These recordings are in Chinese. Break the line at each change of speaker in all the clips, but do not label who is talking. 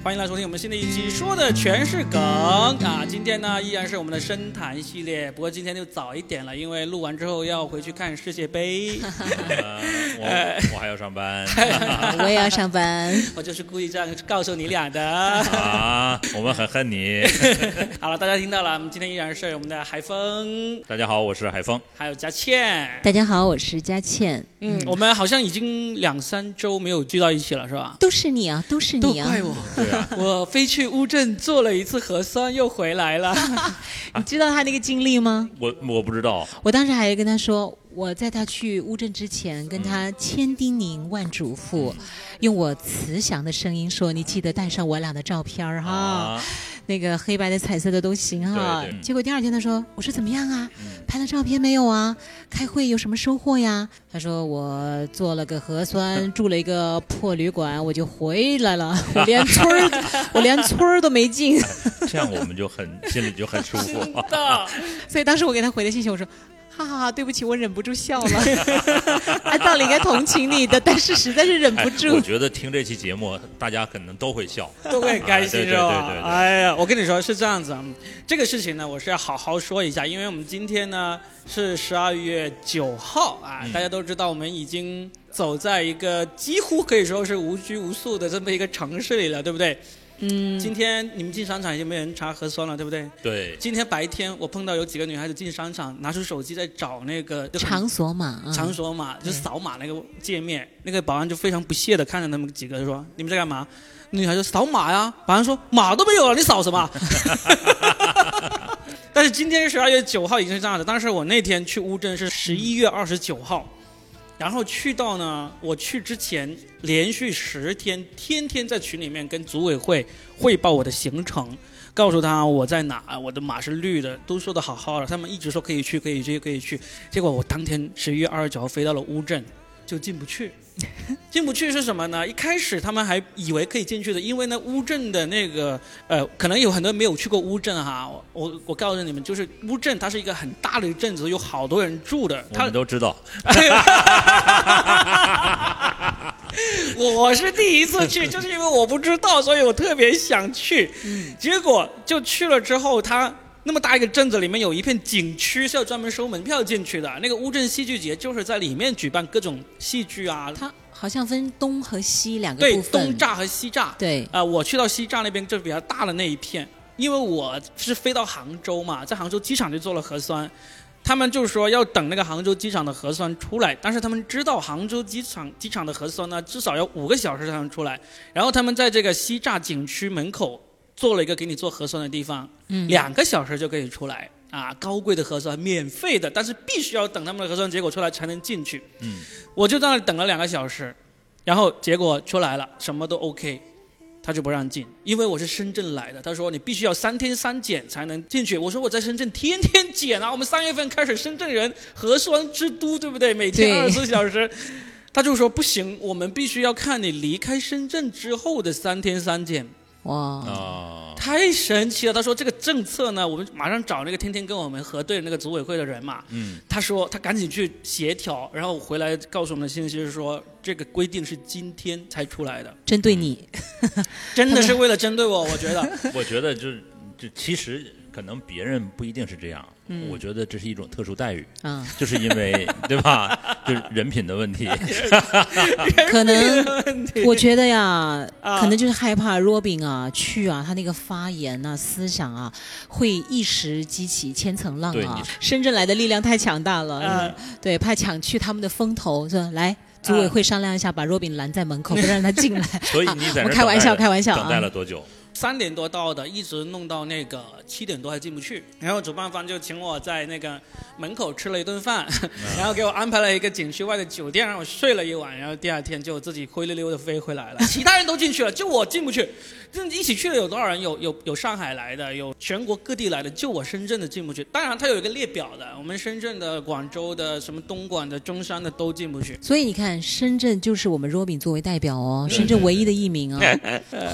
欢迎来收听我们新的一期，说的全是梗啊！今天呢依然是我们的深谈系列，不过今天就早一点了，因为录完之后要回去看世界 杯。
呃
哎
我我还要上班
我也要 上班。
我就是故意这样告诉你俩的。
啊，我们很恨你。
好了，大家听到了，我们今天依然是我们的海峰，
大家好，我是海峰。
还有佳倩。
大家好，我是佳倩。
嗯，我们好像已经两三周没有聚到一起了，是吧？
都是你啊，都是
都
你啊
怪！我，
对啊，
我飞去乌镇做了一次核酸，又回来 了。
你知道他那个经历吗？
我我不知道，
我当时还跟他说，我在他去乌镇之前，跟
嗯
他千叮咛万嘱咐，用我慈祥的声音说：“你记得带上我俩的照片儿哈，
啊
那个黑白的、彩色的都行哈。
对对嗯
结果第二天他说：“我说怎么样啊？拍了照片没有啊？开会有什么收获呀？”他说：“我做了个核酸，住了一个破旅馆，我就回来 了。我连村儿，我连村儿都没进。”
这样我们就很心里就很舒服。
的，
所以当时我给他回的信息，我说。哈哈哈，对不起，我忍不住笑 了。按道理应该同情你的，但是实在是忍
哎
不住。
我觉得听这期节目，大家可能都会笑。
都会很开心
啊对
是吧
对对对？对
哎呀，我跟你说是这样子，嗯这个事情呢，我是要好好说一下，因为我们今天呢是十二月九号啊，
嗯
大家都知道我们已经走在一个几乎可以说是无拘无束的这么一个城市里了，对不对？
嗯，
今天你们进商场已经没人查核酸了，对不对？
对，
今天白天我碰到有几个女孩子进商场，拿出手机在找那个就很
场所嘛，嗯
场所码，就
对
扫码那个界面，那个保安就非常不屑的看着他们几个说：“你们在干嘛？”女孩说：“扫码呀。”保安说：“码都没有了，你扫什么？” 但是今天十二月九号已经是这样的，但是我那天去乌镇是十一月二十九号，然后去到呢，我去之前连续十天，天天在群里面跟组委会汇报我的行程。告诉他我在哪，我的码是绿的，都说的好好的，他们一直说可以去，可以去，可以去，结果我当天十一月二十九号飞到了乌镇，就进不 去。进不去是什么呢？一开始他们还以为可以进去的，因为呢，乌镇的那个呃，可能有很多人没有去过乌镇哈。我我我告诉你们，就是乌镇它是一个很大的镇子，有好多人住的。
我
它
们都知道。
我是第一次 去，就是因为我不知道，所以我特别想去。
嗯
结果就去了之后，它那么大一个镇子里面有一片景区是要专门收门票进去的。那个乌镇戏剧节就是在里面举办各种戏剧啊，
它好像分东和西两个
对
部，分。
东栅和西栅。
对，
啊，我去到西栅那边就是比较大的那一片，因为我是飞到杭州嘛，在杭州机场就做了核酸，他们就说要等那个杭州机场的核酸出来，但是他们知道杭州机场机场的核酸呢，至少要五个小时才能出来，然后他们在这个西栅景区门口做了一个给你做核酸的地方，
嗯，
两个小时就可以出来。啊，高贵的核酸，免费的，但是必须要等他们的核酸结果出来才能进去。
嗯，
我就在那里等了两个小时，然后结果出来了，什么都 OK，他就不让进，因为我是深圳来的，他说你必须要三天三检才能进去。我说我在深圳天天检啊，我们三月份开始深圳人核酸之都，对不对？每天
对
二十四小时。 他就说不行，我们必须要看你离开深圳之后的三天三检。
哇，
啊，
太神奇了！他说这个政策呢，我们马上找那个天天跟我们核对的那个组委会的人嘛。
嗯，
他说他赶紧去协调，然后回来告诉我们的信息是说，这个规定是今天才出来的，
针对你，
真的是为了针对我，我觉得。
我觉得就是这其实可能别人不一定是这样，我觉得这是一种特殊待遇，
嗯，
就是因为对 吧？就是人品的问题。
可能我觉得呀，
啊
可能就是害怕 Robin 啊去啊，他那个发言啊、思想啊，会一时激起千层浪
对
啊
你。
深圳来的力量太强大了，
嗯
对，怕抢去他们的风头，说来组委会商量一下，把 Robin 拦在门口，不让他进来。
所以你在那儿
我开玩笑
等待
开玩笑啊
等待了多久？
三点多到的，一直弄到那个七点多还进不去。然后主办方就请我在那个门口吃了一顿饭， 然后给我安排了一个景区外的酒店，让我睡了一晚。然后第二天就自己灰溜溜的飞回来了。其他人都进去了，就我进不去。这一起去的有多少人？有有有上海来的，有全国各地来的，就我深圳的进不去。当然，它有一个列表的，我们深圳的、广州的、什么东莞的、中山的都进不去。
所以你看，深圳就是我们 Robin 作为代表哦，
对
深圳唯一的一名啊。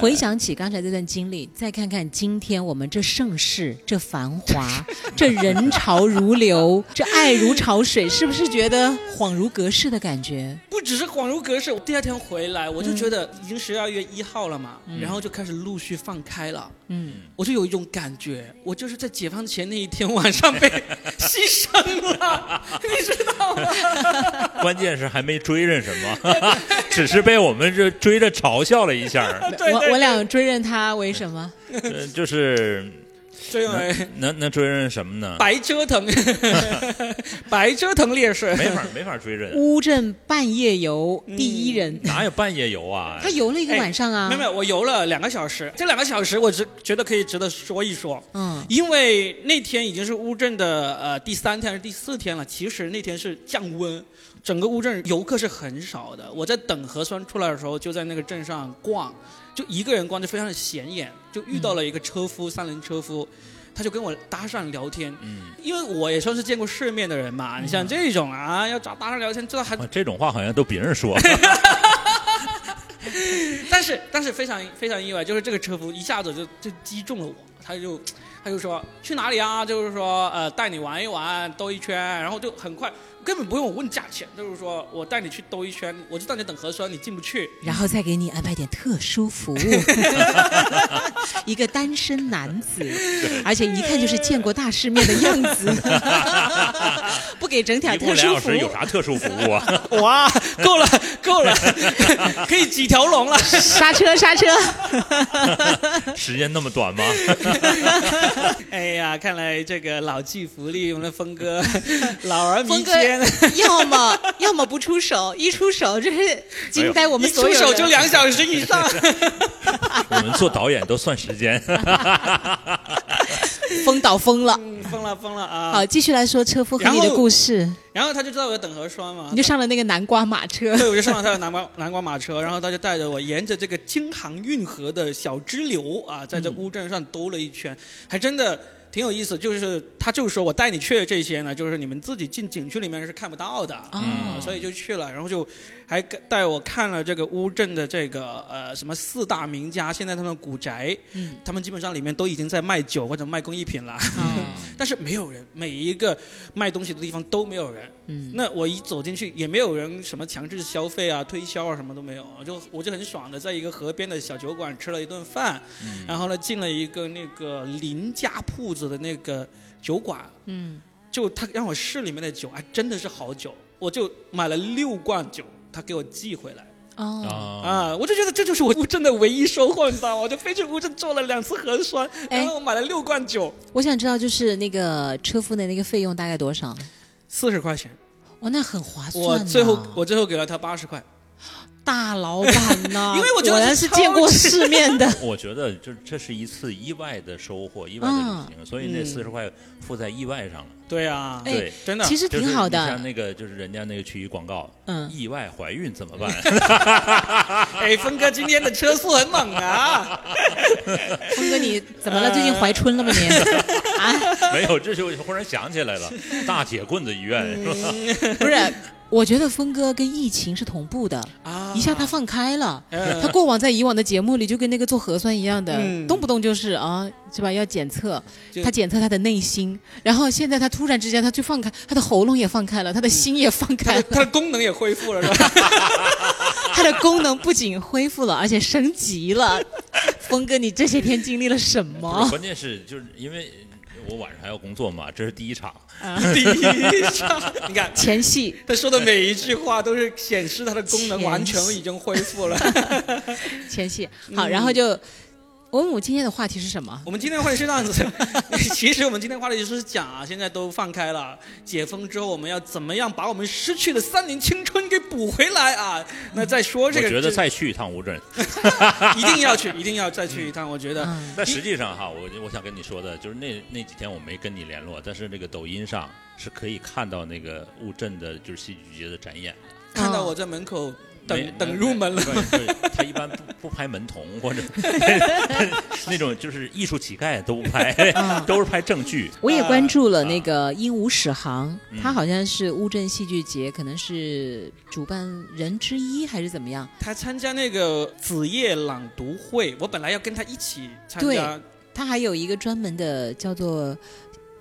回想起刚才这段经历，再看看今天我们这盛世、这繁 华、这人潮如流、这爱如潮水，是不是觉得恍如隔世的感觉？
不只是恍如隔世，我第二天回来，我就觉得
嗯
已经十二月一号了嘛，然后就开始陆续放开了，
嗯，
我就有一种感觉，我就是在解放前那一天晚上被 牺 牲了，你知道吗？
关键是还没追认什么， 只是被我们这追着嘲笑了一下儿，
对对
我我
对
俩追认他为什么？
呃就是
所以我
能能追认什么呢？
白折腾， 白折腾烈士，
没法没法追认，
乌镇半夜游第一人，
哪有半夜游啊？
他游了一个晚上啊，
嗯哎没有没有，我游了两个小时，这两个小时我只觉得可以值得说一说。
嗯，
因为那天已经是乌镇的呃第三天还是第四天了，其实那天是降温，整个乌镇游客是很少的。我在等核酸出来的时候，就在那个镇上逛，就一个人逛就非常的显眼，就遇到了一个车夫，三轮车夫，他就跟我搭讪聊天。
嗯，
因为我也算是见过世面的人嘛，你像这种啊，要找搭讪聊天，这还
哇这种话好像都别人说，
但是但是非常非常意外，就是这个车夫一下子就就击中了我，他就他就说去哪里啊？就是说呃带你玩一玩，兜一圈，然后就很快根本不用我问价钱，就是说我带你去兜一圈，我就在那等核酸，你进不去。
然后再给你安排点特殊服务。一个单身男子，而且一看就是见过大世面的样子，不给整点
一共
特
两
殊
小
服
时有
务。
啥特殊服务啊？
哇， 够了够了， 可以几条龙了。
刹车，刹车！
时间那么短吗？
哎呀，看来这个老骥伏枥，我们的峰 哥老而弥
峰哥
坚，
要么要么不出手，一出手就是惊呆我
一
们所
出
有人。
手就两小时以上。
我们做导演都算时间，
疯倒疯了。
嗯， 疯了疯了啊！
好，继续来说车夫和你的故事，
然后他就知道我在等核酸嘛，
你就上了那个南瓜马车。
对，我就上了他的南瓜南瓜马车，然后他就带着我沿着这个京杭运河的小支流啊，在这
嗯
乌镇上兜了一圈，还真的挺有意思。就是他就说我带你去的这些呢，就是你们自己进景区里面是看不到的。
哦
嗯所以就去了，然后就还带我看了这个乌镇的这个呃什么四大名家，现在他们的古宅，
嗯
他们基本上里面都已经在卖酒或者卖工艺品了， 但是没有人，每一个卖东西的地方都没有人，
嗯，
那我一走进去，也没有人什么强制消费啊、推销啊，什么都没有，就我就很爽的在一个河边的小酒馆吃了一顿饭，然后呢进了一个那个林家铺子的那个酒馆，
嗯，
就他让我试里面的酒，还真的是好酒，我就买了六罐酒，他给我寄回来。
哦，
啊，
啊，我就觉得这就是我 乌镇的唯一收获，你知道吗？我就飞去乌镇做了两次核酸，
哎
然后我买了六罐酒，
我想知道就是那个车夫的那个费用大概多少？
四十块钱。
哦，那很划算、啊。
我最后我最后给了他八十块。
大老板呢、
因为我觉得
果然
是
是
超
见过世面的。
我觉得这这是一次意外的收获，意外的旅行，所以那
嗯
四十块付在意外上了。
对啊，
哎
对，
真的。
其实
就是
挺好
你
的
像，那个就是人家那个区域广告，
嗯
意外怀孕怎么办？
哎，峰哥今天的车速很猛 啊！
峰哥，你怎么了？最近怀春了吗你？呃 啊，
没有，这就忽然想起来了，大铁棍子医院
嗯
是吧？
不是，我觉得峰哥跟疫情是同步的，
啊
一下他放开了。
嗯
他过往在以往的节目里就跟那个做核酸一样的，
嗯
动不动就是啊，是吧？要检测
就，
他检测他的内心，然后现在他突然之间他就放开，他的喉咙也放开了，他的心也放
它
开了，
它的功能也恢复了，是吧？
他的功能不仅恢复了，而且升级 了。峰哥，你这些天经历了什
哦
不是
么？
关键是就是因为我晚上还要工作嘛，这是第一场，
啊
第一场，你看
前戏
他说的每一句话都是显示它的功能
前
完全已经恢复了。
前戏
嗯
好，然后就我问我今天的话题是什么？
我们今天的话题是这样子， 其实我们今天话题就是讲啊，现在都放开了，解封之后我们要怎么样把我们失去的三年青春给补回来啊？那再说
我
这个，
觉得再去一趟乌镇。
一定要去，一定要再去一趟。我觉得，
嗯，
但实际上哈，我我想跟你说的就是那那几天我没跟你联络，但是那个抖音上是可以看到那个乌镇的，就是戏剧节的展演。
看到我在门口
没
等等入门了。
对，对他一般 不不拍门童或者 那种就是艺术乞丐都不 拍，
啊
都是拍正剧。
我也关注了
啊
那个
呃
鹦鹉史航，
嗯
他好像是乌镇戏剧节，可能是主办人之一还是怎么样？
他参加那个子夜朗读会，我本来要跟他一起参
对
加，啊
他还有一个专门的叫做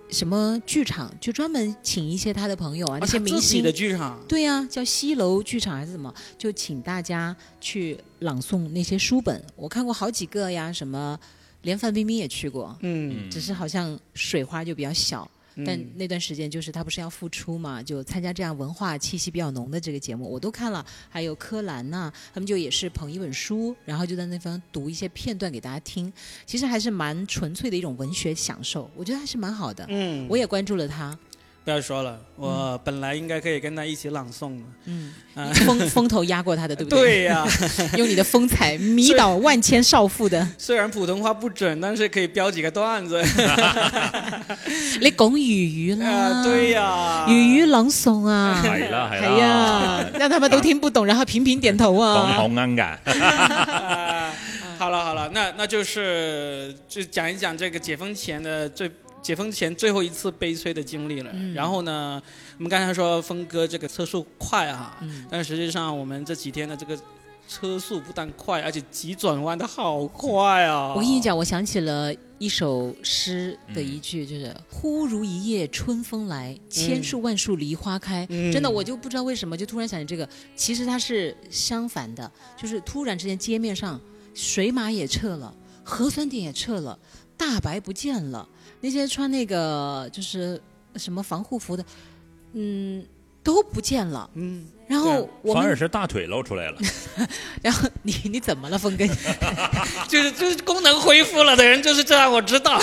什么剧场，就专门请一些他的朋友
啊
啊，那些
他
明
自己
星
的剧场，
对呀、叫西楼剧场还是什么？就请大家去朗诵那些书本。我看过好几个呀，什么连范冰冰也去过，
嗯，
嗯
只是好像水花就比较小。
嗯
但那段时间就是她不是要复出嘛，就参加这样文化气息比较浓的这个节目，我都看了。还有柯蓝呐、他们就也是捧一本书，然后就在那方读一些片段给大家听，其实还是蛮纯粹的一种文学享受，我觉得还是蛮好的。
嗯，
我也嗯关注了他，
不要说了，我本来应该可以跟他一起朗诵的，
嗯，
啊
你风 风头压过他的，对不对？
对呀、
用你的风采迷倒万千少妇的，
虽然普通话不准，但是可以标几个段子，
你讲鱼鱼 啦，
啊，对呀、
鱼鱼朗诵
嗯
啊，
海了海
哎
了，
呀，让他们都听不懂，然后频频点头
黄
啊。
黄安感，
啊，好了好了，那那就是就讲一讲这个解封前的最解封前最后一次悲催的经历了。
嗯
然后呢，我们刚才说峰哥这个车速快啊，
嗯
但实际上我们这几天的这个车速不但快，而且急转弯的好快啊！
我跟你，讲，我想起了一首诗的一句，就是“忽如一夜春风来，千树万树梨花开”。
嗯
真的，我就不知道为什么，就突然想起这个。其实它是相反的，就是突然之间街面上水马也撤了，核酸点也撤了，大白不见了，那些穿那个就是什么防护服的，嗯，都不见了。
嗯，
然后我
反而
们，
是大腿露出来了。
然后你你怎么了，峰哥？
就是就是功能恢复了的人就是这样，我知道，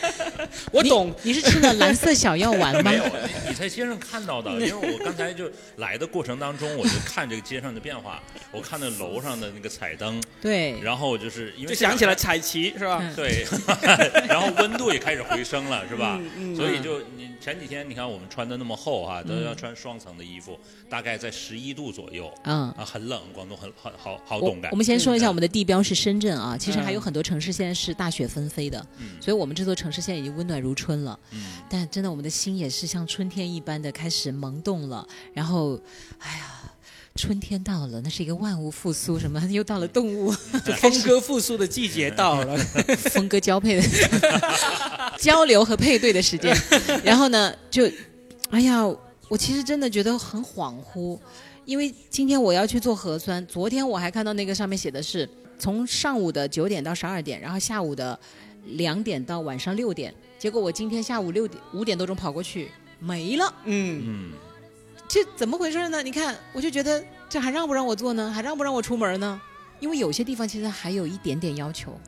我懂。
你是吃了蓝色小药丸 吗
没？有，你你在街上看 到的，因为我刚才就来的过程当中，我就看这个街上的变化，我看到楼上的那个彩灯，
对，
然后就是因为
就想起了彩旗是吧？
嗯
对， 然后温度也开始回升了，是吧？
嗯
所以就你前几天你看我们穿的那么厚哈、都要穿双层的衣服，大概在十一度左右
嗯。
啊，很冷，广东很很好好
我
懂感
我。们先说一
嗯
下我们的地标是深圳啊，其实还有很多城市现在是大雪纷飞的，
嗯
所以我们这座城市现在已经温暖如春了。
嗯，
但真的，我们的心也是像春天一般的开始萌动了。然后，哎呀，春天到了，那是一个万物复苏，什么又到了动物
就峰哥复苏的季节到了，
风歌交配的 交流和配对的时 间。然后呢，就，哎呀，我其实真的觉得很恍惚，因为今天我要去做核酸，昨天我还看到那个上面写的是从上午的九点到十二点，然后下午的两点到晚上六点，结果我今天下午六点五点多钟跑过去没了，
嗯，
嗯，
这怎么回事呢？你看，我就觉得这还让不让我做呢？还让不让我出门呢？因为有些地方其实还有一点点要求，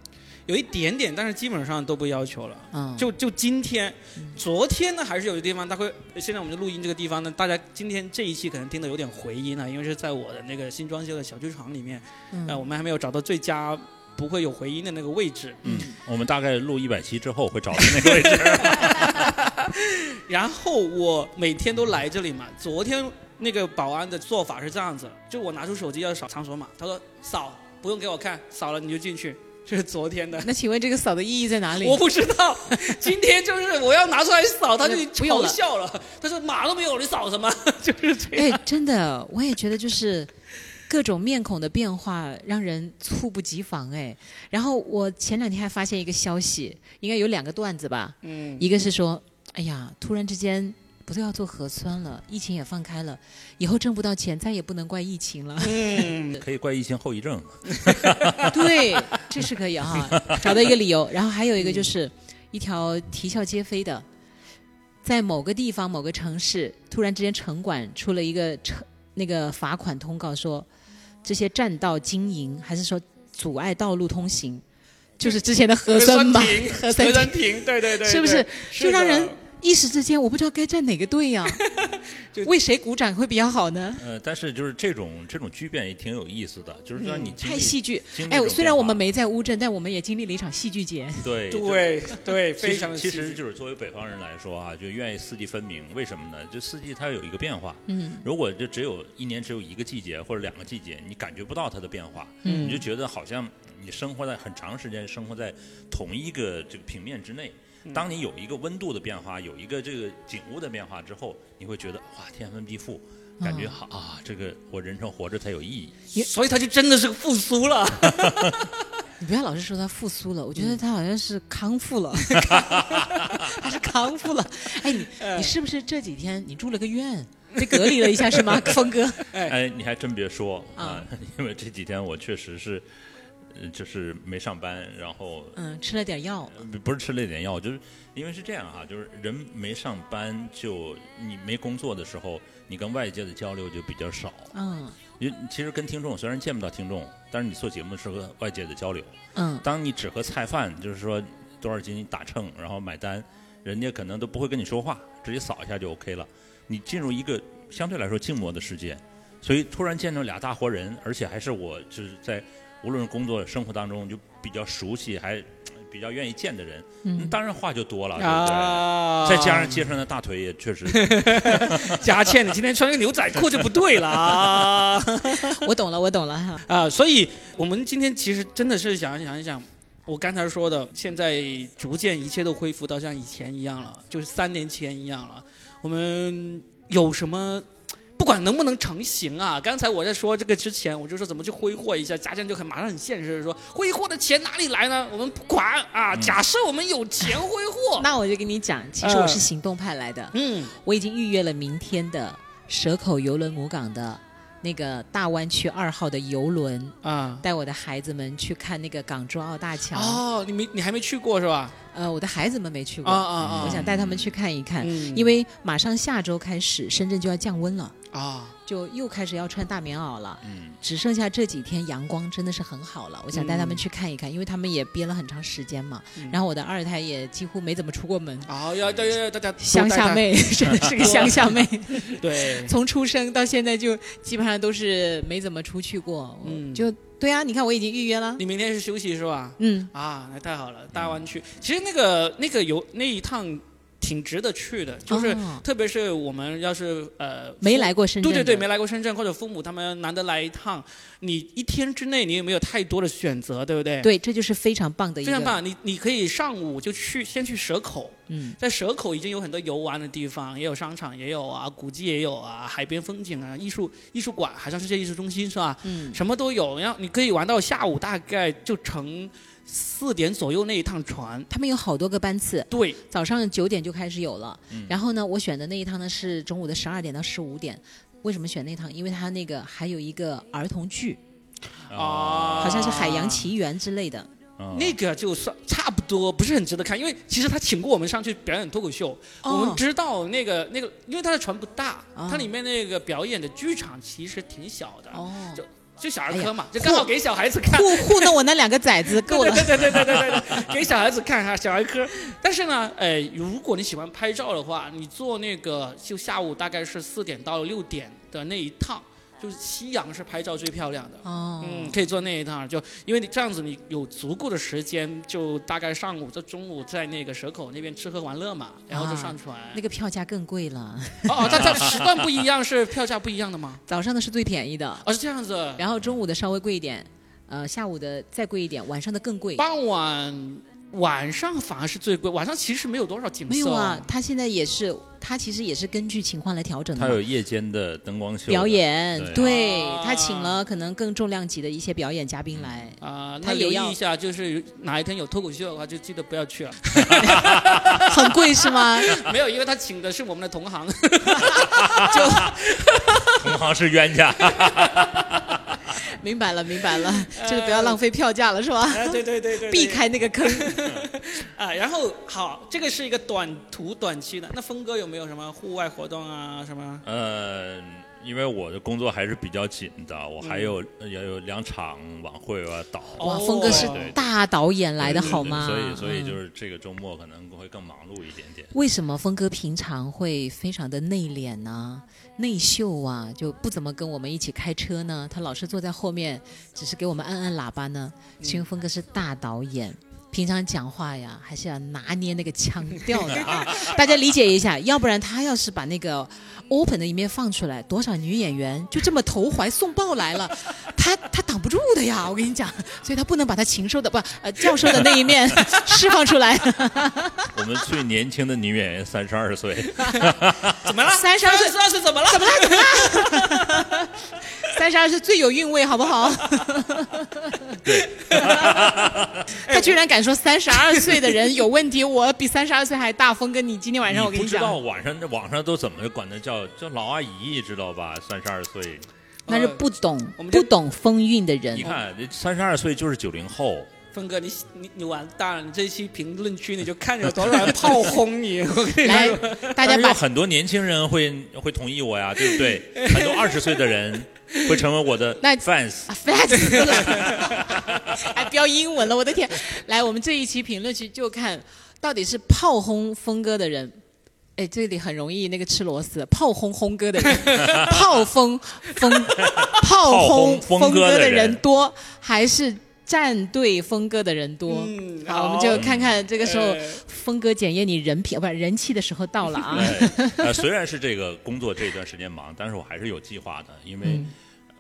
有一点点，但是基本上都不要求了。
嗯，
就就今天，昨天呢还是有些地方，他会现在我们的录音这个地方呢，大家今天这一期可能听的有点回音啊，因为是在我的那个新装修的小剧场里面，
嗯
呃，我们还没有找到最佳不会有回音的那个位置。
嗯，我们大概录一百期之后会找到那个位置。
然后我每天都来这里嘛，昨天那个保安的做法是这样子，就我拿出手机要扫场所码，他说扫不用给我看，扫了你就进去，这是昨天的。
那请问这个扫的意义 在哪里？
我不知道，今天就是我要拿出来扫，他就
不用
嘲
了
笑了。 他说码都没有，你扫什么？就是这样。
哎，真的，我也觉得就是各种面孔的变化让人猝不及防哎。然后我前两天还发现一个消息，应该有两个段子吧，
嗯，
一个是说，哎呀，突然之间不都要做核酸了，疫情也放开了，以后挣不到钱再也不能怪疫情了。
嗯，
可以怪疫情后遗症，
对，这是可以哈，找到一个理由。然后还有一个就是一条啼笑皆非的，在某个地方某个城市，突然之间城管出了一个城那个罚款通告说，这些占道经营还是说阻碍道路通行，就是之前的核酸码
停，
核酸
核
亭
酸停，对对对，
是不是
对？
就让人
的
一时之间我不知道该站哪个队呀、啊
就
为谁鼓掌会比较好呢？
呃，但是就是这种这种巨变也挺有意思的，就是让你经历
嗯太戏剧
经历。这
哎，
种
虽
变
然我
化
们没在乌镇，但我们也经历了一场戏剧节。
对就
对对，
其
非常
实
的
其
细致
实就是作为北方人来说啊，就愿意四季分明。为什么呢？就四季它有一个变化。
嗯，
如果就只有一年只有一个季节或者两个季节，你感觉不到它的变化，
嗯
你就觉得好像你生活在很长时间生活在同一个这个平面之内。
嗯
当你有一个温度的变化，有一个这个景物的变化之后，你会觉得哇，天翻地覆，感
嗯
觉好啊，这个我人生活着才有意义。
所以他就真的是复苏了。
你不要老是说他复苏了，我觉得他好像是康复了，他是康复了。哎，你你是不是这几天你住了个院，被隔离了一下是吗，峰哥？
哎，你还真别说
啊
啊， 因为这几天我确实是，呃就是没上班，然后
嗯，吃了点药，
不不是吃了一点药，就是因为是这样哈、就是人没上班就你没工作的时候，你跟外界的交流就比较少。
嗯
因为其实跟听众虽然见不到听众，但是你做节目是和外界的交流。
嗯
当你只和菜贩就是说多少斤打秤，然后买单，人家可能都不会跟你说话，直接扫一下就 OK 了。你进入一个相对来说静默的世界，所以突然见着俩大活人，而且还是我就是在无论是工作生活当中就比较熟悉，还比较愿意见的人，
嗯，
当然话就多了，对不 对？
啊！
再加上街上的大腿也确 实，
佳倩，你今天穿个牛仔裤就不对了啊！
我懂了，我懂了哈。
啊，所以我们今天其实真的是想想一想，我刚才说的，现在逐渐一切都恢复到像以前一样了，就是三年前一样了。我们有什么？不管能不能成型啊！刚才我在说这个之前，我就说怎么去挥霍一下，家健就很马上很现实的说，挥霍的钱哪里来呢？我们不管啊，
嗯
假设我们有钱挥霍，
那我就跟你讲，其实我是行动派来的，
嗯，
我已经预约了明天的蛇口游轮母港的那个大湾区二号的游轮，
啊，
带我的孩子们去看那个港珠澳大桥。
哦，你没你还没去过是吧？
呃，我的孩子们没去
啊
过，嗯
啊啊！
我想带他们去看一看，
嗯
因为马上下周开始深圳就要降温了，
啊，
就又开始要穿大棉袄了。
嗯，
只剩下这几天阳光真的是很好了，我想带他们
嗯
去看一看，因为他们也憋了很长时间嘛。
嗯
然后我的二胎也几乎没怎么出过门，
啊，要要要要大家多
乡
带带
下，妹 真的是个乡下妹，
对，
从出生到现在就基本上都是没怎么出去过。
嗯
嗯，就对啊，你看我已经预约了。
你明天是休息是吧？
嗯，
啊，那太好了，大湾区。其实那个那个游那一趟挺值得去的，就是、
哦
特别是我们要是呃
没
父
来过深圳
对
的，
对对，没来过深圳或者父母他们难得来一趟，你一天之内你也没有太多的选择，对不对？，
对，这就是非常棒的一
非
个，
常棒。你你可以上午就去先去蛇口，
嗯，
在蛇口已经有很多游玩的地方，也有商场，也有啊，古迹也有啊，海边风景啊，艺术艺术馆，海上世界艺术中心是吧？
嗯，
什么都有，然后你可以玩到下午大概就乘四点左右那一趟船。
他们有好多个班次，
对，
早上九点就开始有了。
嗯
然后呢，我选的那一趟呢是中午的十二点到十五点。为什么选那趟？因为它那个还有一个儿童剧，
啊
好像是《海洋奇缘》之类的。
啊
那个就算差不多，不是很值得看，因为其实他请过我们上去表演脱口秀，我们知道那个那个，因为他的船不大，
哦
它里面那个表演的剧场其实挺小的，
哦
就就小儿
哎
科
呀
嘛，就刚好
嚯
给小孩子看。
糊糊弄我那两个崽子够了。
对对对对对对对对，给小孩子看哈，小儿科。但是呢，呃，如果你喜欢拍照的话，你坐那个就下午大概是四点到六点的那一趟，就是夕阳是拍照最漂亮的。
哦，
嗯，可以坐那一趟，就因为你这样子，你有足够的时间，就大概上午到中午在那个蛇口那边吃喝玩乐嘛，然后就上船。
啊那个票价更贵了，
哦哦，它它时段不一样，是票价不一样的吗？
早上的是最便宜的，
哦，是这样子。
然后中午的稍微贵一点，呃，下午的再贵一点，晚上的更贵。
傍晚晚上反而是最贵，晚上其实没有多少景色。
没有啊，他现在也是，他其实也是根据情况来调整
它
的
有
嘛。
夜间的灯光秀的
表，演，
对
对
啊
他请了可能更重量级的一些表演嘉宾来，
啊、那
他也
留
要
意一下，就是哪一天有脱口秀的话，就记得不要去 了。
嗯
很贵是吗？
没有，因为他请的是我们的同行。
同行是冤家。
明白了，明白了，就是不要浪费票价了，是吧？
哎，对对对 对
避开那个 坑。
啊。然后好，这个是一个短途短期的。那峰哥有没有什么户外活动啊？什么？
呃，因为我的工作还是比较紧的，我还有、呃也有两场晚会我要导，
哇，
哦
峰哥是
对对
大导演来的
对对
好
对
吗？
所以所以就
嗯
是这个周末可能会更忙碌一点点。
为什么峰哥平常会非常的内敛呢、内秀啊，就不怎么跟我们一起开车呢？他老是坐在后面，只是给我们按按喇叭呢？是因为峰哥是大导演。平常讲话呀，还是要拿捏那个腔调的 啊，大家理解一下，要不然他要是把那个 open 的一面放出来，多少女演员就这么投怀送抱来了， 他他挡不住的呀，我跟你讲，所以他不能把他禽兽的不呃教授的那一面 释放出来。
我们最年轻的女演员三十二岁，
怎么了？
三十二岁
三十二岁怎么了？
三十二是最有韵味，好不 好？ 他居然敢说三十二岁的人有问题，我比三十二 岁还大。峰哥，你今天晚上我跟
不知
讲，
道网上网上都怎么管她叫叫老阿姨，知道吧？三十二岁，
那是不懂、
呃
我们这
不懂风韵的人
你。看三十二岁就是九零后，
峰哥，你你你完蛋了！你这一期评论区你就看着有多少 人炮轰你，我跟你
来
说，，
大家
但是有
把
很多年轻人会会同意我呀，对不对？很多二十岁的人会成为我的
那
fans。
fans 了，还标哎英文了，我的天！来，我们这一期评论区就看到底是炮轰峰哥的人。哎，这里很容易那个吃螺丝，炮轰轰哥 的人，炮轰风，炮轰
轰
峰
峰哥的
的
人
多，还是站队峰哥的人多？
嗯
好，我们
好
就看看这个时候
哎
峰哥检验你人品，不是人气的时候到了啊！
对， 呃，虽然是这个工作这段时间忙，但是我还是有计划的，因为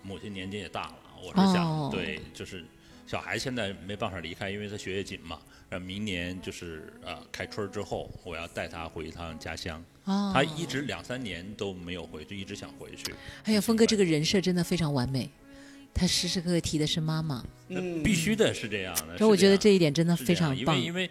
母亲年纪也大了，我是想、
嗯哦
对，就是小孩现在没办法离开，因为他学业紧嘛。呃，明年就是呃开春儿之后，我要带他回一趟家乡。
哦
他一直两三年都没有回去，一直想回去。
哎呀，峰哥这个人设真的非常完美，他时时刻刻提的是妈妈，
嗯，
必须的是这样的。
所以我
呃是这
觉
样
得这一点真的
是
非
这样
常棒。
因为因为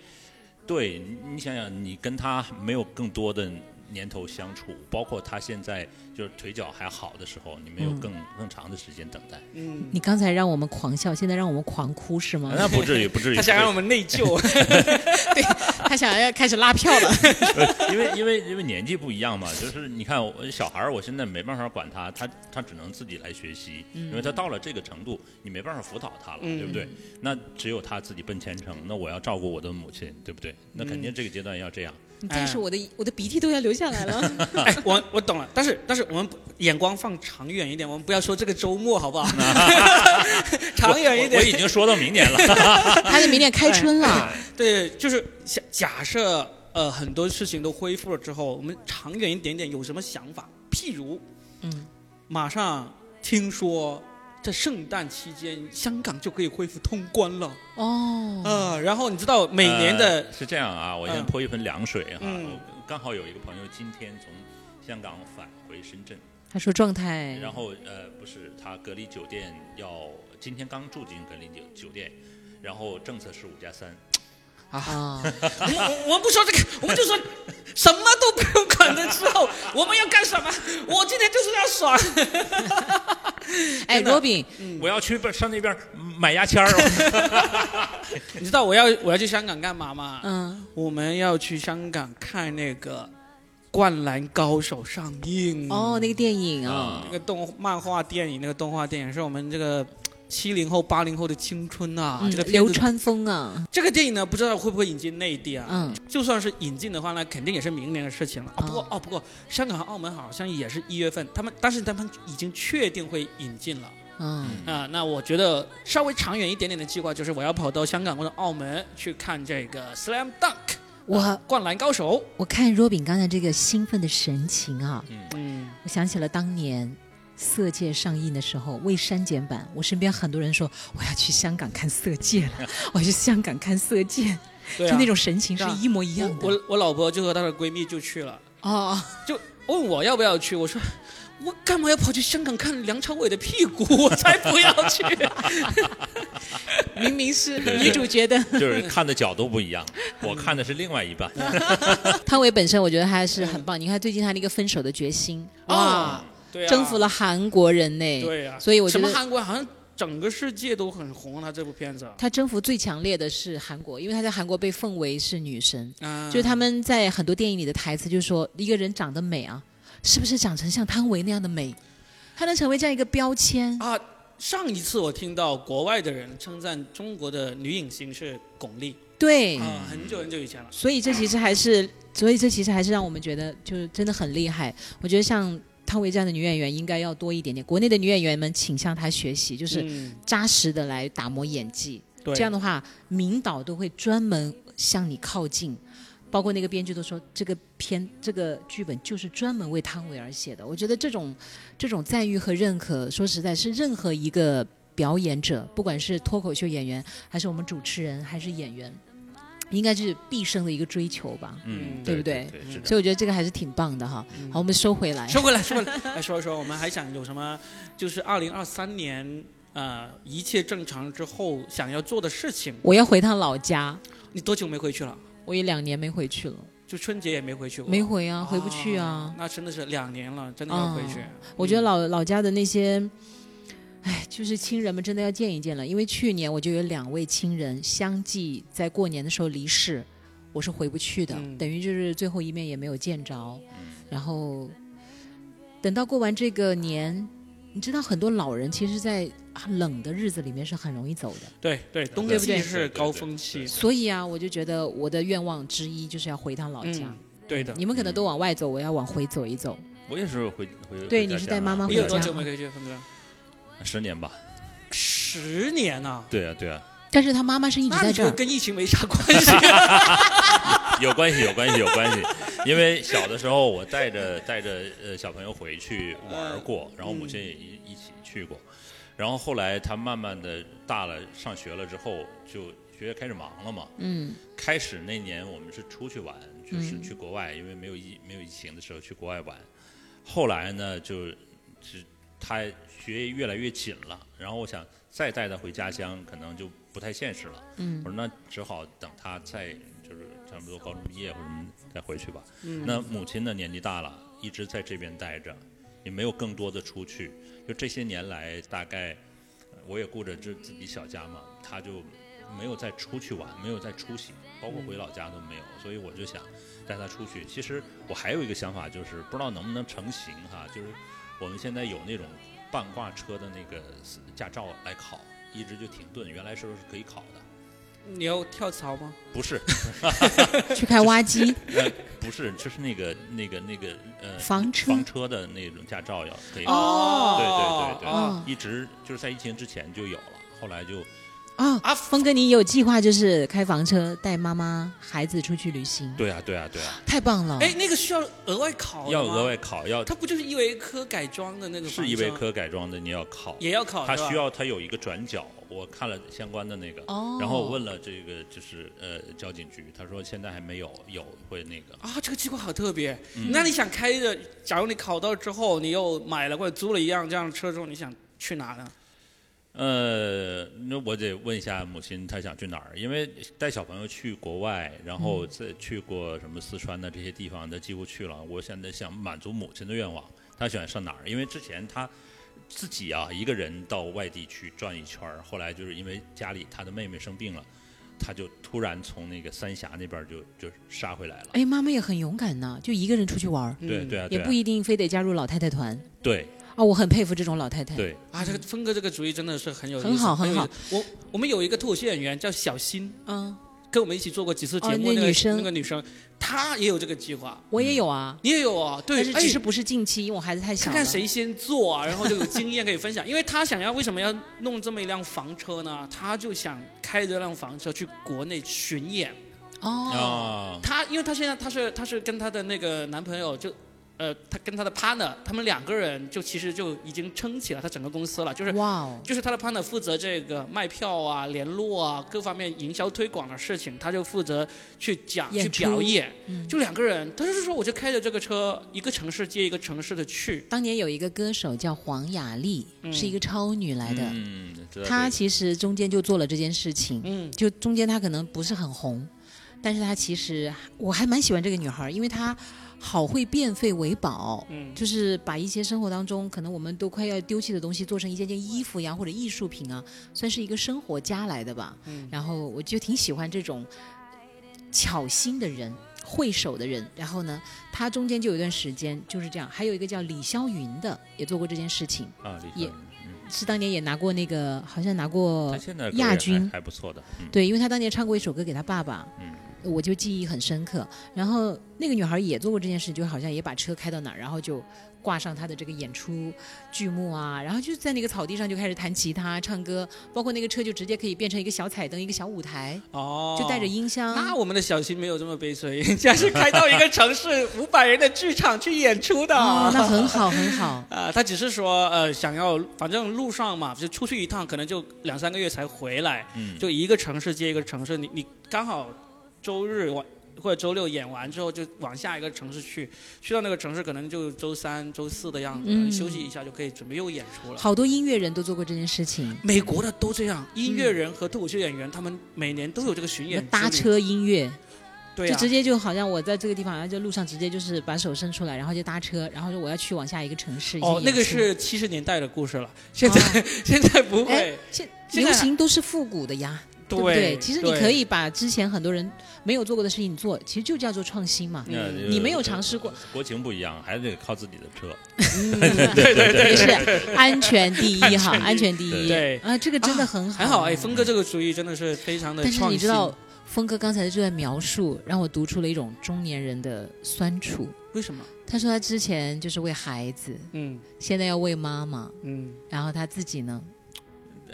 对你你想想，你跟他没有更多的年头相处，包括他现在就是腿脚还好的时候，你没有
嗯
更、更长的时间等待，
嗯，
你刚才让我们狂笑，现在让我们狂哭是吗？
那不至于，不至于。
他想 让我
不
们内疚，
对他想要开始拉票 了。
至于因为因为因为年纪不一样嘛，就是你看我小孩儿，我现在没办法管他，他他只能自己来学习，因为他
嗯
到了这个程度，你没办法辅导他了，对不对？那只有他自己奔前程，那我要照顾我的母亲，对不对？那肯
嗯
定这个阶段要这样。
你这样
哎
说，我的我的鼻涕都要流下来 了。
哎，我我懂了，但是但是我们眼光放长远一点，我们不要说这个周末好不 好？长远一
我我已
点，
经说到明年了。
他是明年开春了，
哎
对，就是假假设呃很多事情都恢复了之后，我们长远一点点有什么想法？譬如，
嗯，
马上听说在圣诞期间香港就可以恢复通关了，
嗯
哦，
啊，然后你知道每年的
呃是这样啊，我先
嗯
泼一盆凉水哈、
嗯
我刚好有一个朋友今天从香港返回深圳，
他说状态
然后呃不是他隔离酒店要今天刚住进隔离酒酒店，然后政策是五加三，
啊，
呃
我们我我们不说这个，我们就说什么都不用管的时候，我们要干什么？我今天就是要爽。
哎，
真的
罗宾，
我要去上那边嗯买牙签 儿，
你知道我要我要去香港干嘛吗？
嗯，
我们要去香港看那个《灌篮高手》上映
哦，那个电影
嗯
啊，
那个动漫画电影，那个动画电影是我们这个七零后、八零后的青春啊！
嗯
这个片
流
子
川枫啊，
这个电影呢，不知道会不会引进内地啊？
嗯，
就算是引进的话呢，肯定也是明年的事情了。啊、不过
哦
哦，不过香港和澳门好像也是一月份，他们但是他们已经确定会引进了
嗯，
啊、那我觉得稍微长远一点点的计划就是，我要跑到香港或者澳门去看这个《Slam Dunk》啊
我
灌篮高手。
我看罗宾刚才这个兴奋的神情啊，
嗯，
我想起了当年《色戒》上映的时候，未删减版，我身边很多人说我要去香港看《色戒》了，我要去香港看《色戒》
对啊，
就那种神情是
是啊
一模一样的。
我我我老婆就和她的闺蜜就去了，
哦，
就问我要不要去，我说。我干嘛要跑去香港看梁朝伟的屁股？我才不要去！
明明是
对
女主角的
就是看的角度不一 样，我看的是另外一半。
嗯汤唯本身，我觉得还是很棒。你看最近她那个分手的决心， 哇，
啊，对啊，
征服了韩国人呢。
对呀、啊，
所以我觉
什么
得
韩国好像整个世界都很红，他这部片子，
她征服最强烈的是韩国，因为她在韩国被奉为是女神。
啊
就是他们在很多电影里的台词，就是说一个人长得美啊，是不是长成像汤唯那样的美？它能成为这样一个标签。
啊，上一次我听到国外的人称赞中国的女影星是巩俐
对，
啊，很久很久以前了。
所以这其实还是，所以这其实还是让我们觉得，就是真的很厉害。我觉得像汤唯这样的女演员应该要多一点点，国内的女演员们请向她学习，就是
嗯，
扎实的来打磨演技。
对，
这样的话，明导都会专门向你靠近，包括那个编剧都说这个片这个剧本就是专门为汤唯而写的。我觉得这种这种赞誉和认可，说实在是任何一个表演者，不管是脱口秀演员，还是我们主持人，还是演员，应该是毕生的一个追求吧。
嗯，
对不
对
对？
对，是的。
所以我觉得这个还是挺棒的哈。好，我们嗯收回来。
说回来，说回来，来说一说，我们还想有什么？就是二零二三年，呃，一切正常之后想要做的事情。
我要回趟老家，
你多久没回去了？
我也两年没回去了，
就春节也没回去过。
没回啊，回不去啊
那真的是两年了，真的要回去。
我觉得老老家的那些，哎，就是亲人们真的要见一见了。因为去年我就有两位亲人相继在过年的时候离世，我是回不去的，
嗯
等于就是最后一面也没有见着。然后等到过完这个年，你知道很多老人其实，在啊冷的日子里面是很容易走的。
对对，冬
对不
季
对
是高峰期。
所以啊，我就觉得我的愿望之一就是要回趟老家。
嗯，对的。
你们可能都往外走，我要往回走一走。
我也是回回
嗯对
回
你是
家
带
啊
妈妈
回
你
回
有
家
多
家
久没回去，峰哥？
十年吧？
十年啊，
对啊，对啊，
但是他妈妈是一直
那
在
你
这
就
儿，
跟疫情没啥关系。啊
有关系，有关系，有关系。因为小的时候我带着带着呃小朋友回去玩儿过，然后母亲也一一起去过，然后后来他慢慢的大了，上学了之后就学业开始忙了嘛。
嗯，
开始那年我们是出去玩，就是
嗯
去国外，因为没有疫没有疫情的时候去国外玩。后来呢，就就他学业越来越紧了，然后我想再带他回家乡，可能就不太现实了。
嗯
我说那只好等他再就是差不多高中毕业或者什
嗯
么再回去吧。那母亲呢年纪大了，一直在这边待着，也没有更多的出去。就这些年来，大概呃我也顾着这自己小家嘛，他就没有再出去玩，没有再出行，包括回老家都没有。所以我就想带他出去。其实我还有一个想法，就是不知道能不能成型哈，就是我们现在有那种半挂车的那个驾照来考，一直就停顿，原来时候是可以考的。
你要跳槽吗？
不是，
去开挖 机。
呃，不是，就是那个那个那个呃，
房车
房车的那种驾照要可以，
哦
对对对对，
哦
一直就是在疫情之前就有了，后来就
啊、
啊
峰哥，你有计划就是开房车带妈妈孩子出去旅行，
对啊对啊对啊，
太棒了！
哎，那个需要额外考的
要
吗
额外考，要
它不就是依维柯改装的那个？
是依维，柯改装的，你要考，
也要考，
它
是吧
需要它有一个转角，我看了相关的那个，
哦
然后我问了这个就是呃交警局，他说现在还没有，有会那个，
啊，这个机构好特别。
嗯
那你想开着，假如你考到之后，你又买了或者租了一辆这样的车之后，你想去哪呢？
呃，那我得问一下母亲，她想去哪儿？因为带小朋友去国外，然后再
嗯
去过什么四川的这些地方，她几乎去了。我现在想满足母亲的愿望，她喜欢上哪儿？因为之前她自己啊一个人到外地去转一圈儿，后来就是因为家里她的妹妹生病了，她就突然从那个三峡那边儿就就杀回来了。
哎，妈妈也很勇敢呢，就一个人出去玩儿，
对
嗯
对啊，对
也
啊
不一定非得加入老太太团
对
啊、我很佩服这种老太太。
对，
啊，这个峰哥这个主意真的是很有意思，
很好
有
很
意思。我我们有一个脱口秀演员叫小新，
嗯，
跟我们一起做过几次节
哦
目，
那
那个
女生
那个女生，她也有这个计划。
我也有啊，
你也有啊？对，
但是
哎
只是不是近期，因为我孩子太小
看
了。
看谁先做啊，然后就有经验可以分享。因为他想要为什么要弄这么一辆房车呢？他就想开着辆房车去国内巡演。
哦，
啊，
他因为他现在他是他是跟他的那个男朋友就。呃，他跟他的 partner，他们两个人就其实就已经撑起了他整个公司了，就是
哇哦，
就是他的 partner 负责这个卖票啊、联络啊各方面营销推广的事情，他就负责去讲、去
演出
表演。
嗯
就两个人，他就是说，我就开着这个车，一个城市接一个城市的去。
当年有一个歌手叫黄雅莉，
嗯
是一个超女来的，
嗯，知道这
她
个
其实中间就做了这件事情。
嗯，
就中间她可能不是很红，但是她其实我还蛮喜欢这个女孩儿，因为她好会变废为宝，
嗯
就是把一些生活当中可能我们都快要丢弃的东西做成一件件衣服呀或者艺术品啊，算是一个生活家来的吧。然后我就挺喜欢这种巧心的人，会手的人。然后呢，他中间就有一段时间就是这样。还有一个叫李霄云的，也做过这件事情，
啊，李
也
小云嗯，
是当年也拿过那个，好像拿过
他现在
亚
歌也
军
还还不错的，嗯，
对，因为他当年唱过一首歌给他爸爸，
嗯
我就记忆很深刻。然后那个女孩也做过这件事，就好像也把车开到哪儿，然后就挂上她的这个演出剧目啊，然后就在那个草地上就开始弹吉他、唱歌，包括那个车就直接可以变成一个小彩灯、一个小舞台，
哦，
就带着音箱。
那我们的小新没有这么悲催， 人家是开到一个城 市五百人的剧场去演出的。
哦，那很好，很好。
啊、他只是说，呃，想要反正路上嘛，就出去一趟，可能就两三个月才回来，
嗯，
就一个城市接一个城市，你你刚好周日晚或者周六演完之后，就往下一个城市去，去到那个城市可能就周三、周四的样子，
嗯
休息一下就可以准备又演出了。
好多音乐人都做过这件事情，
美国的都这样，音乐人和脱口秀演员，他们每年都有这个巡演之旅
搭，车音乐，
对
就
啊
直，接就好像我在这个地方，然后就路上直接就是把手伸出来，然后就搭车，然后说我要去往下一个城市。
哦，
去
那个
演出
是七十年代的故事了，现在、现在不
哎
会，，
现
现在
流行都是复古的呀，
对
不对？其实你
对
可以把之前很多人没有做过的事情你做，其实就叫做创新嘛。
那
嗯
就
你没有尝试过，
国情不一样，还得靠自己的车，
对对对，也是安全第一哈，安全第一。
对
啊，这个真的很好，
还好哎，。峰哥这个主意真的是非常的
啊但是
创
你
新。
知道，峰哥刚才就在描述，让我读出了一种中年人的酸楚。
为什么？
他说他之前就是为孩子，
嗯
现在要为妈妈，
嗯，
然后他自己呢，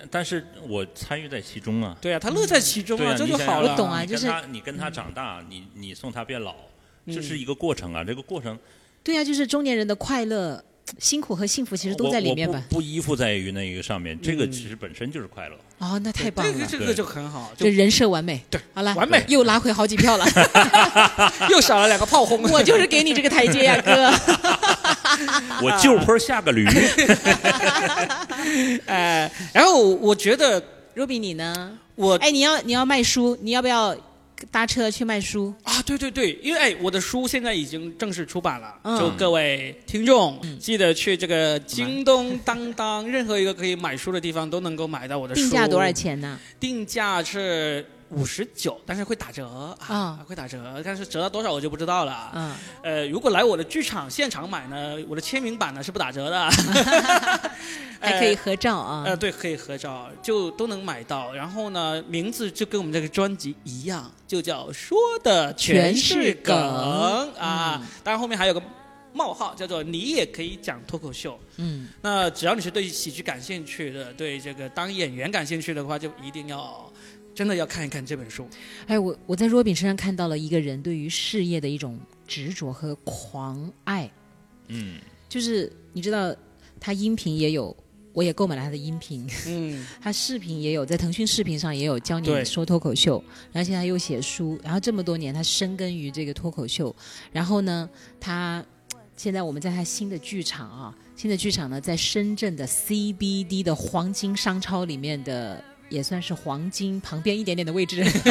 但是我参与在其中啊，
对啊，他乐在其中
对啊，
这
你
就
想
好
想
了。
我懂啊
你跟
就是
他你跟他长大，你你送他变老，
嗯
这是一个过程啊，这个过程
对呀、就是中年人的快乐、辛苦和幸福其实都在里面
我
吧
我。不不依附在于那个上面，这个
嗯
其实本身就是快乐。
哦，那太棒
这
了。
个这个
对
就很好，就
这人设完美。
对，
好了，
完美
又拉回好几 票了。
又少了两个炮轰。
我就是给你这个台阶呀、哥。啊
我就坡下个 驴，
哎，然后我觉得
Ruby，你呢？
我
哎，你要你要卖书，你要不要搭车去卖书？
啊，对对对，因为哎，我的书现在已经正式出版了，
嗯
就各位听众、记得去这个京东、当当任何一个可以买书的地方都能够买到我呃的书。
定价多少？钱呢？
定价是五十九，但是会打折啊
啊，
会打折，但是折到多少我就不知道了啊。
嗯，
呃，如果来我的剧场现场买呢，我的签名版呢是不打折 的，呃
还可以合照啊。
呃，对，可以合照，就都能买到。然后呢，名字就跟我们这个专辑一样，就叫《说的全是梗》啊。当然后面还有个冒号，叫做“你也可以讲脱口秀
嗯，”。
那只要你是对喜剧感兴趣的，对这个当演员感兴趣的话，就一定要真的要看一看这本 书。
哎，我我在 Robin 身上看到了一个人对于事业的一种执着和狂爱，
嗯，
就是你知道，他音频也有，我也购买了他的音频。
嗯，
他视频也有，在腾讯视频上也有教
对
你说脱口秀，然后现在又写书，然后这么多年他深耕于这个脱口秀，然后呢，他现在我们在他新的剧场啊，新的剧场呢在深圳的 CBD 的黄金商超里面的。也算是黄金旁边一点点的 位置，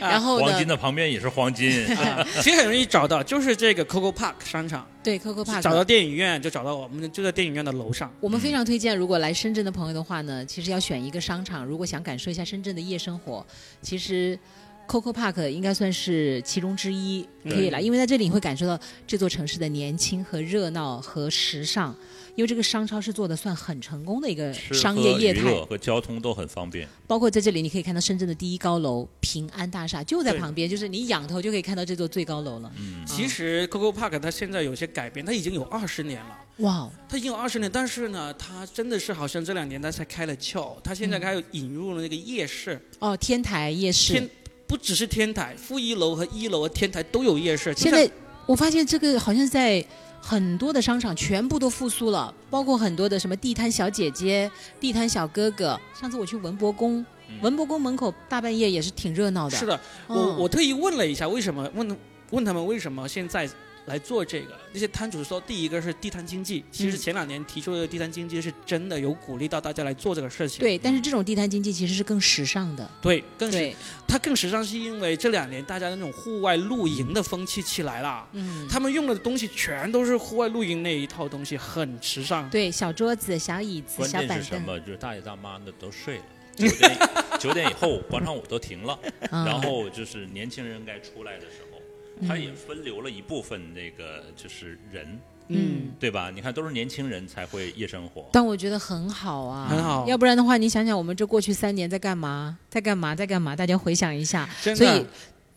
然后
黄金
呢？
的旁边也是黄金，
啊，其实很容易找到，就是这个 Coco Park 商场，
对，Coco
找到
Park，
电影院就找到我们，就在电影院的楼上。
嗯
我们非常推荐，如果来深圳的朋友的话呢，其实要选一个商场，如果想感受一下深圳的夜生活，其实 Coco Park 应该算是其中之一，
对
可以来，因为在这里你会感受到这座城市的年轻和热闹和时尚，因为这个商超是做的算很成功的一个
吃
商业
喝
业
娱
态
乐，和交通都很方便。
包括在这里你可以看到深圳的第一高楼平安大厦就在
对
旁边，就是你仰头就可以看到这座最高楼了，
嗯，
其实 Coco Park 它现在有些改变，它已经有二十年了。
哇哦，
它已经有二十年，但是呢，它真的是好像这两年它才开了窍，它现在开始引入了那个夜市，
哦，天台夜市，
天不只是天台，负一楼和一楼和天台都有夜市。就
现在我发现这个好像在很多的商场全部都复苏了，包括很多的什么地摊小姐姐、地摊小哥哥。上次我去文博宫，文博宫门口大半夜也是挺热闹
像是
的。
的，我、
嗯
我特意问了一下，为什么问问他们为什么现在来做这个？那些摊主说，第一个是地摊经济，其实
嗯
前两年提出的地摊经济是真的有鼓励到大家来做这个事情。
对，但是这种地摊经济其实是更时尚的。
对，更是
对，
它更时尚，是因为这两年大家那种户外露营的风气起来了。
嗯，
他们用的东西全都是户外露营那一套东西，很时尚。
对，小桌子、小椅子、
关
小
键
板
是什
凳。
么？就是大爷大妈那都睡了，九点九点以后广场舞都停了，
啊
然后就是年轻人该出来的时候，他也分流了一部分那个就是人，
嗯，
对吧？你看都是年轻人才会夜生活，
但我觉得很好啊，
很好
要不然的话，你想想我们这过去三年在干嘛，在干嘛，在干嘛？大家回想一下，
真
所
的
以，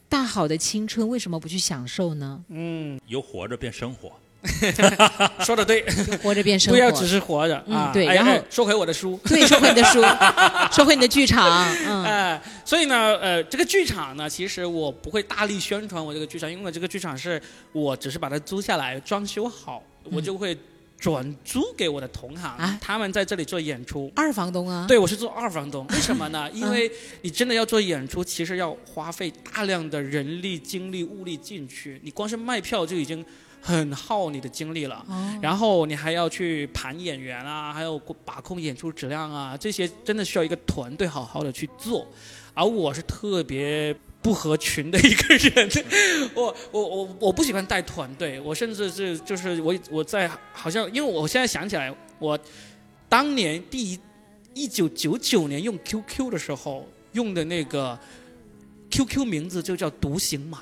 大好的青春为什么不去享受呢？
嗯，
由活着变生活。
说的对，
活着变生
不
活。
要只是活着
嗯
啊。
对
哎
然后
哎说回我的书，
对，说回你的 书，说回你的剧场，嗯
哎，所以呢，呃，这个剧场呢，其实我不会大力宣传我这个剧场，因为这个剧场是我只是把它租下来装修好，我就会转租给我的同行，
嗯啊
他们在这里做演出。
二房东啊，嗯
对，我是做二房 东，为什么呢？因为你真的要做演出，其实要花费大量的人力、精力、物力进去，你光是卖票就已经很耗你的精力了。
哦，
然后你还要去盘演员啊，还有把控演出质量啊，这些真的需要一个团队好好的去做。而啊我是特别不合群的一个人， 我我我我不喜欢带团队，我甚至是就是我我在好像因为我现在想起来，我当年第一一九九九年用 QQ 的时候用的那个 QQ 名字就叫独行马，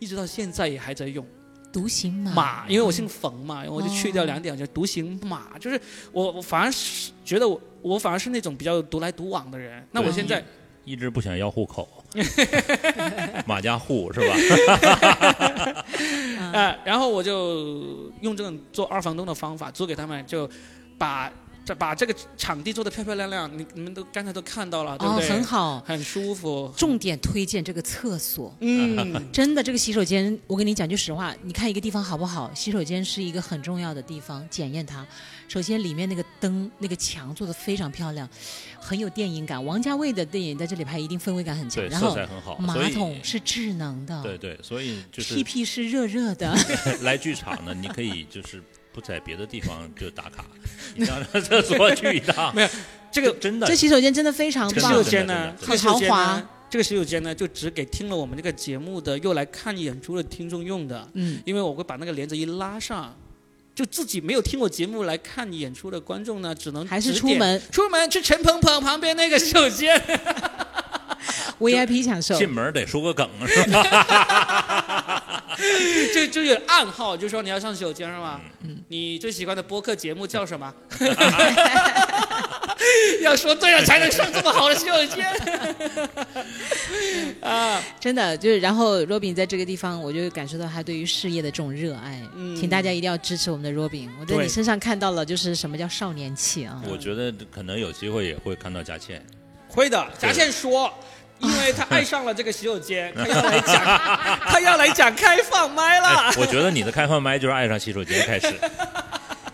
一直到现在也还在用。
独行马，
马，因为我
嗯
姓冯嘛，我就
哦
去掉两点，我就独行马。就是我，我反而是觉得我，我反而是那种比较独来独往的人。那我
对
现在
一直不想要户口， 马家户是吧？
嗯
啊、然后我就用这种做二房东的方法租给他们，就把这把这个场地做得漂漂亮亮。你你们都刚才都看到了，对不
哦，
对？
很好。
很舒服。
重点推荐这个厕所，
嗯，
真的，这个洗手间，我跟你讲句实话，你看一个地方好不好，洗手间是一个很重要的地方，检验它。首先，里面那个灯、那个墙做的非常漂亮，很有电影感。王家卫的电影在这里拍，一定氛围感很强。
对，
然
色
后，
彩很好，所
马
以
桶是智能的，
对对，所以就是
屁屁是热 热的。
来剧场呢，你可以就是不在别的地方就打 卡，你到厕所去一趟。
没有这个
真的
这洗手间真的非常
这
真
个
的
洗手
棒，
间呢，这
真
个洗
的
手
很
间
豪
呢
华，
这个洗手间呢，就只给听了我们这个节目的又来看演出的听众用的。
嗯，
因为我会把那个帘子一拉上，就自己没有听我节目来看演出的观众呢，只能
还是
指
出
点
门
出门去陈鹏鹏旁边那个洗手间。
VIP 享受。
进门得说个梗是吧？
就就有暗号，就说你要上洗手间是吗？
嗯
你最喜欢的播客节目叫什么？ 要说对了才能上这么好的洗手间。 啊，
真的就是，然后 Robin 在这个地方，我就感受到他对于事业的这种热爱。
嗯
请大家一定要支持我们的 Robin。我在
对
你身上看到了，就是什么叫少年气啊！
我觉得可能有机会也会看到佳倩，
会的，
对
贾倩说。因为他爱上了这个洗手 间，他要来讲，他要来讲开放麦了
哎。 我觉得你的开放麦就是爱上洗手间 开始，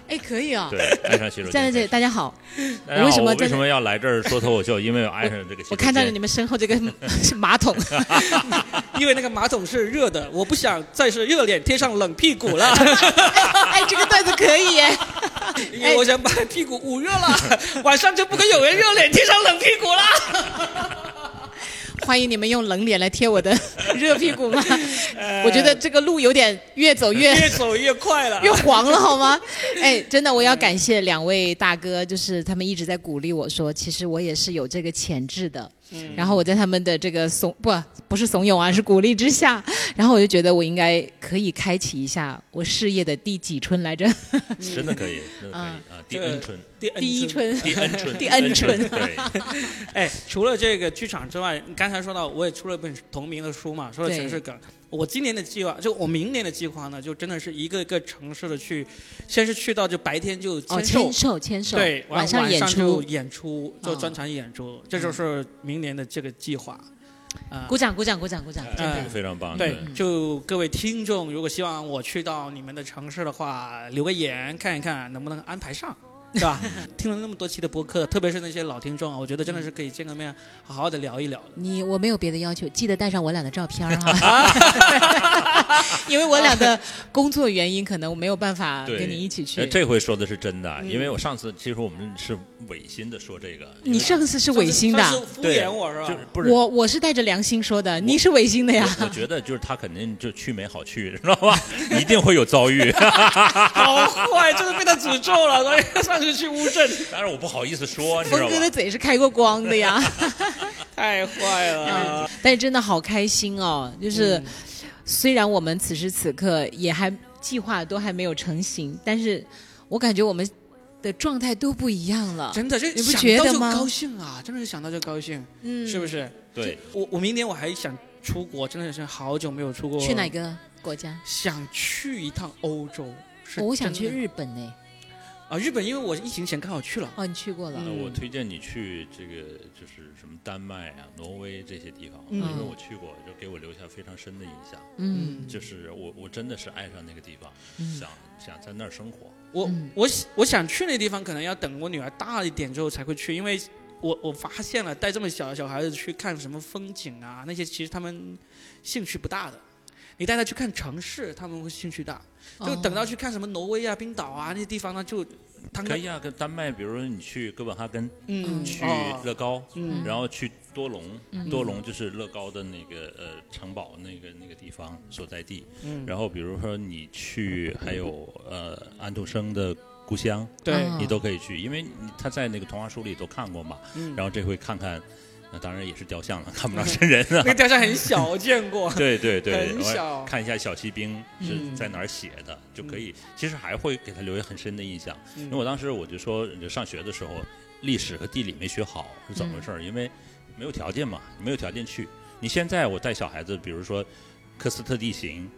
哎，可以啊！
对，爱上洗手
站
间开
在这里，
始。
大家好，
大家好
为什么
我
站
为什么要来这儿说脱口秀？因为我爱上这个洗手间。
我看到了你们身后这个是 马桶，
因为那个马桶是热的，我不想再是热脸贴上冷屁股 了，
哎，这个段子可以耶！
因
哎
为我想把屁股捂热了，晚上就不会有人热脸贴上冷屁股了。
欢迎你们用冷脸来贴我的热屁 股吗？
呃
我觉得这个路有点越走越
越走越快 了，
越黄了好吗？哎，真的，我要感谢两位大哥，就是他们一直在鼓励我说，其实我也是有这个潜质的。然后我在他们的这个怂不不是怂恿啊，是鼓励之下，然后我就觉得我应该可以开启一下我事业的第几春来着？
真的可以，真的可以啊！第 N 春，
第 N
第一春。
第 N 春，
嗯第 N 春
对，
哎，除了这个剧场之外，你刚才说到我也出了一本同名的书嘛，说的城市梗。我今年的计划，就我明年的计划呢，就真的是一个一个城市的去，先是去到就白天就
哦，
签售，
牵手牵手，
对，
晚
上
演
就
出，
演出做
哦
专场演出，这就是明年的这个计划。啊
鼓掌鼓掌鼓掌鼓掌，真的
哎
这个非常棒。
对，就各位听众，如果希望我去到你们的城市的话，留个言看一看能不能安排上，是吧？ 听了那么多期的播客，特别是那些老听众啊，我觉得真的是
嗯
可以见个面，好好的聊一聊的。
你我没有别的要求，记得带上我俩的照片儿哈， 因为我俩的工作原因，可能我没有办法
对
啊跟你一起去嗯
呃。这回说的是真的，啊因为我上次其实我们是违心的说这个，因为
你上次是违心的啊
算是算是敷衍我是
就
吧
是？不是
我我是带着良心说的，你是违心的呀。
我觉得就是他肯定就去没好 去，知道吧？一定会有遭遇。
好坏，就是被他诅咒了，所以上 是去乌镇，
当然我不好意思说，你知
峰
道吧
哥？的嘴是开过光的呀。嗯
太坏了。
但是真的好开心哦！就是、虽然我们此时此刻也还计划都还没有成型，但是我感觉我们的状态都不一样了。
真的，就
你不
想
觉
到
得
就
吗
高兴啊！真的是想到就高兴，
嗯，
是不？是？
对，
我我明年我还想出国，真的是好久没有出国。
去哪？个国家？
想去一趟欧洲。是
哦我想去
真的
日本呢。
啊，日本，因为我疫情前刚好去了。
哦，你去过了。
那
嗯
呃我推荐你去这个就是什么丹麦啊、挪威这些地方，
嗯
因为我去过，就给我留下非常深的印象。
嗯
就是我我真的是爱上那个地方，
嗯
想想在那儿生活。
我
嗯
我喜我想去那地方，可能要等我女儿大一点之后才会去，因为我我发现了带这么小的小孩子去看什么风景啊那些，其实他们兴趣不大的。你带他去看城市，他们会兴趣大。
嗯哦
就等到去看什么挪威啊、冰岛啊那些地方呢，就他
可
们
以啊，跟丹麦，比如说你去哥本哈根，
嗯
去
哦
乐高，
嗯
然后去多隆，多隆就是乐高的那个呃城堡那个那个地方所在地。
嗯，
然后比如说你去还有呃安徒生的故乡，
对，
啊
你都可以去，因为你他在那个童话书里都看过嘛。
嗯
然后这回看看，那当然也是雕 像了，看不着真人啊
那。个雕像很小，我见过。
对对对，
很
我
小
看一下小骑兵是
嗯
在哪儿写的，就可以。其实还会给他留下很深的印象，
嗯
因为我当时我就说，就上学的时候历史和地理没学好是怎么回事
嗯
儿？因为没有条件嘛，没有条件去。你现在我带小孩子，比如说科斯特地形、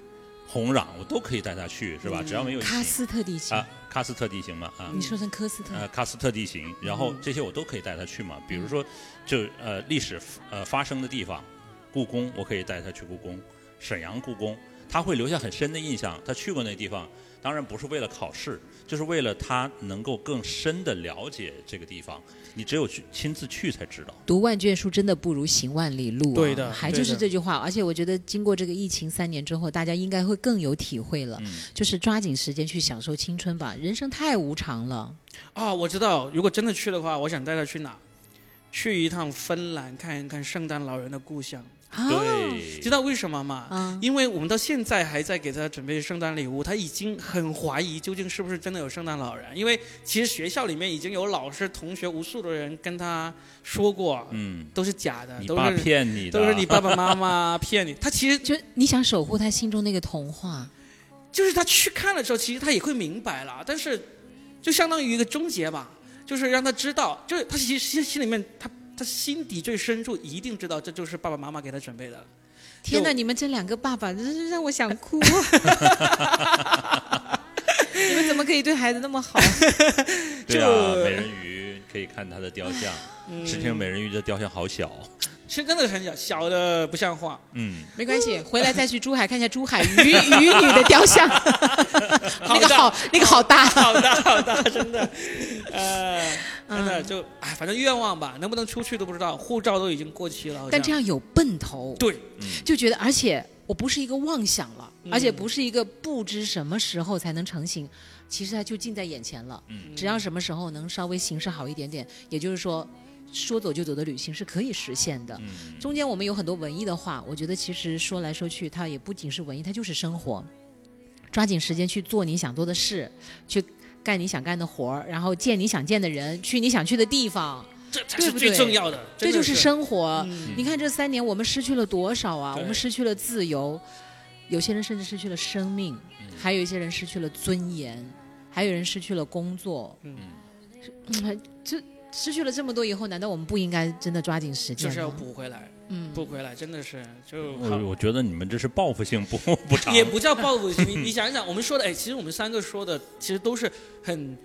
红壤，我都可以带他去，是吧？
嗯
只要没有疫情
喀斯特地形
啊，，喀斯特地形嘛啊。
你说成科斯特
呃，喀斯特地形，然
嗯
后这些我都可以带他去嘛。比如说，就呃历史呃发生的地方，故宫我可以带他去故宫，沈阳故宫，他会留下很深的印象。他去过那地方，当然不是为了考试，就是为了他能够更深的了解这个地方。你只有去亲自去才知道。
读万卷书真的不如行万里路、啊，
对的
还
对
就是
的
这句话。而且我觉得，经过这个疫情三年之后，大家应该会更有体会了，
嗯
就是抓紧时间去享受青春吧，人生太无常了。
啊、我知道，如果真的去的话，我想带他去哪？去一趟芬兰，看一看圣诞老人的故乡。
啊
对，
知道为什么吗？
啊，
因为我们到现在还在给他准备圣诞礼物，他已经很怀疑究竟是不是真的有圣诞老人。因为其实学校里面已经有老师、同学无数的人跟他说过，
嗯，
都是假的，啊
你
都
爸
是
骗你的，
都是你爸爸妈妈 骗你。他其实
就你想守护他心中那个童话，
就是他去看了之后，其实他也会明白了，但是就相当于一个终结吧，就是让他知道，就是他其实心心里面他他心底最深处一定知道这就是爸爸妈妈给他准备的。
天哪！
就
你们这两个爸爸，真是让我想 哭。你们怎么可以对孩子那么 好？
对啊，
就
美人鱼可以看他的雕像，
嗯
嗯
石亭美人鱼的雕像好小，
是真的很小，小的不像话。
嗯，
没关系，回来再去珠海看一下珠海 鱼鱼女的雕像，那个好，那个好大。
好的，好
啊
的，真 的，呃，
嗯
真的就哎，反正愿望吧，能不能出去都不知道，护照都已经过期了。好像
但这样有奔头，
对，
嗯
就觉得，而且我不是一个妄想了，
嗯
而且不是一个不知什么时候才能成型，其实它就近在眼前了。
嗯
只要什么时候能稍微形式好一点点，也就是说，说走就走的旅行是可以实现的。
嗯
中间我们有很多文艺的话，我觉得其实说来说去，它也不仅是文艺，它就是生活。抓紧时间去做你想做的事，去干你想干的活儿，然后见你想见的人，去你想去的地方，
这才
对
是
不
最
对
重要的。
这
真的
就是生活。
嗯
你看这三年我们失去了多少啊？
对
我们失去了自由，有些人甚至失去了生命，
嗯
还有一些人失去了尊严，还有人失去了工作。
嗯
嗯，这失去了这么多以后，难道我们不应该真的抓紧时间
就
吗？
是要补回来，
嗯，
补回来，真的是就好
我我觉得你们这是报复性不 不偿，
也不叫报复心理。 你想一想，我们说的，哎，其实我们三个说的，其实都是很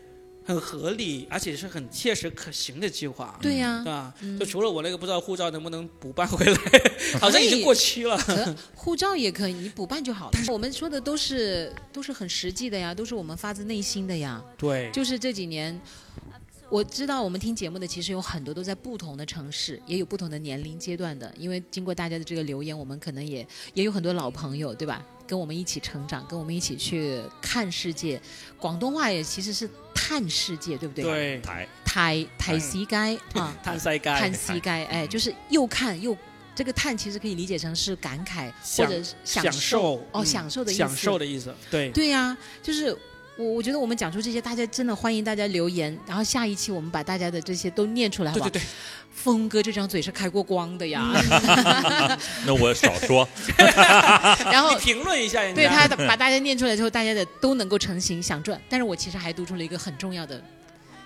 很合理，而且是很切实可行的计划。
对啊呀、嗯
对吧？嗯就除了我那个不知道护照能不能补办回来， 好像已
可以
经过期了。
可护照也可以，你补办就好了。我们说的都是都是很实际的呀，都是我们发自内心的呀。
对，
就是这几年，我知道我们听节目的其实有很多都在不同的城市，也有不同的年龄阶段的。因为经过大家的这个留言，我们可能也也有很多老朋友，对吧？跟我们一起成长，跟我们一起去看世界。广东话也其实是探世界，对不对？，
对，
台
台台西 街啊，
碳塞街，
探西街，哎，就是又看又。这个探其实可以理解成是感慨，或
享
者是
享
受哦，
嗯
享受的意思。
享受的意思，对，
对呀、就是我我觉得我们讲出这些，大家真的欢迎大家留言，然后下一期我们把大家的这些都念出来，好
对
不好？
对对，
峰哥这张嘴是开过光的 呀，
那我少说，
然后
你评论一下人家。
对他的把大家念出来之后，大家的都能够成型想赚。但是我其实还读出了一个很重要的，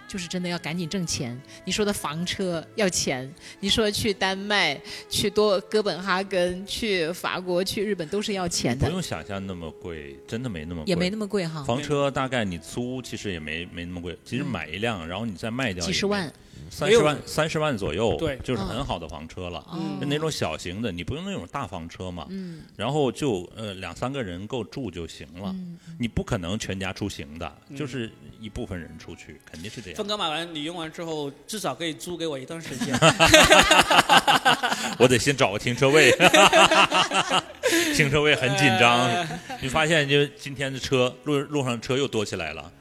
就是真的要赶紧挣钱。你说的房车要钱，你说去丹麦、去多哥本哈根、去法国、去日本都是要钱
不
的，
用想象那么贵，真的没那么贵，
也没那么贵哈，
房车大概你租其实也没没那么贵，其实
嗯
买一辆，然后你再卖掉
几十万，哎
三十万三十万左右，
对
就是很好的房车了。
嗯哦
嗯就那种小型的，你不用那种大房车嘛，
嗯
然后就呃两三个人够住就行了。
嗯，
你不可能全家出行的，
嗯
就是一部分人出去，肯定是这样
峰。哥买完你用完之后，至少可以租给我一段时 间。
我得先找个停车位， 停车位很紧张。你发现就今天的车路路上车又多起来了，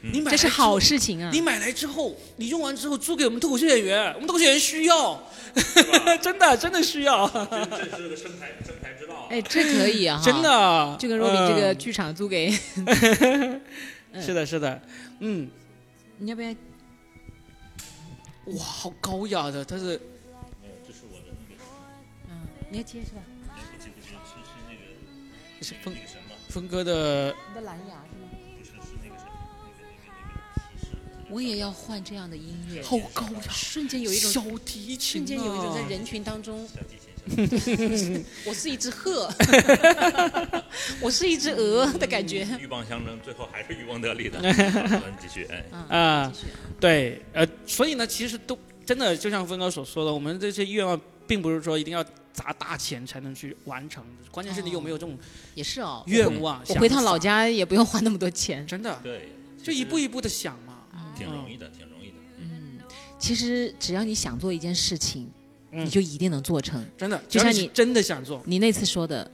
你买
这是
来之
好
后
事情啊
你！买来之后，你用完之后租给我们脱口秀演员，我们脱口秀演员需要，真的真的需要，
这是个生财生财之道
哎，这可 以啊，哈
真。的。
就跟若比这个
嗯
剧场 租给，
是的，是的，嗯，
你要不要？
哇，好高雅的，他是
嗯，你要接是吧？
是峰峰哥的，
你的蓝牙是吗？我也要换这样的音乐，
好高雅，
瞬间有一种
小提琴、
瞬
啊，
间有一种在人群当 中，我是一只鹤，我是一只鹅的感觉。
鹬蚌相争，最后还是渔翁得利 的。好咱继续，哎，
嗯
啊
继续
对，呃，所以呢，其实都真的就像峰哥所说的，我们这些愿望并不是说一定要砸大钱才能去完成，关键是你有没有这种
也是哦，
愿望。
我回趟
想法
老，家也不用花那么多钱。
真的
对，
就一步一步的想嘛。
挺容易的，挺容易的。
其实只要你想做一件事情，
嗯
你就一定能做成。
真的，
就像
只要是
你
真的想做，
你那次说的，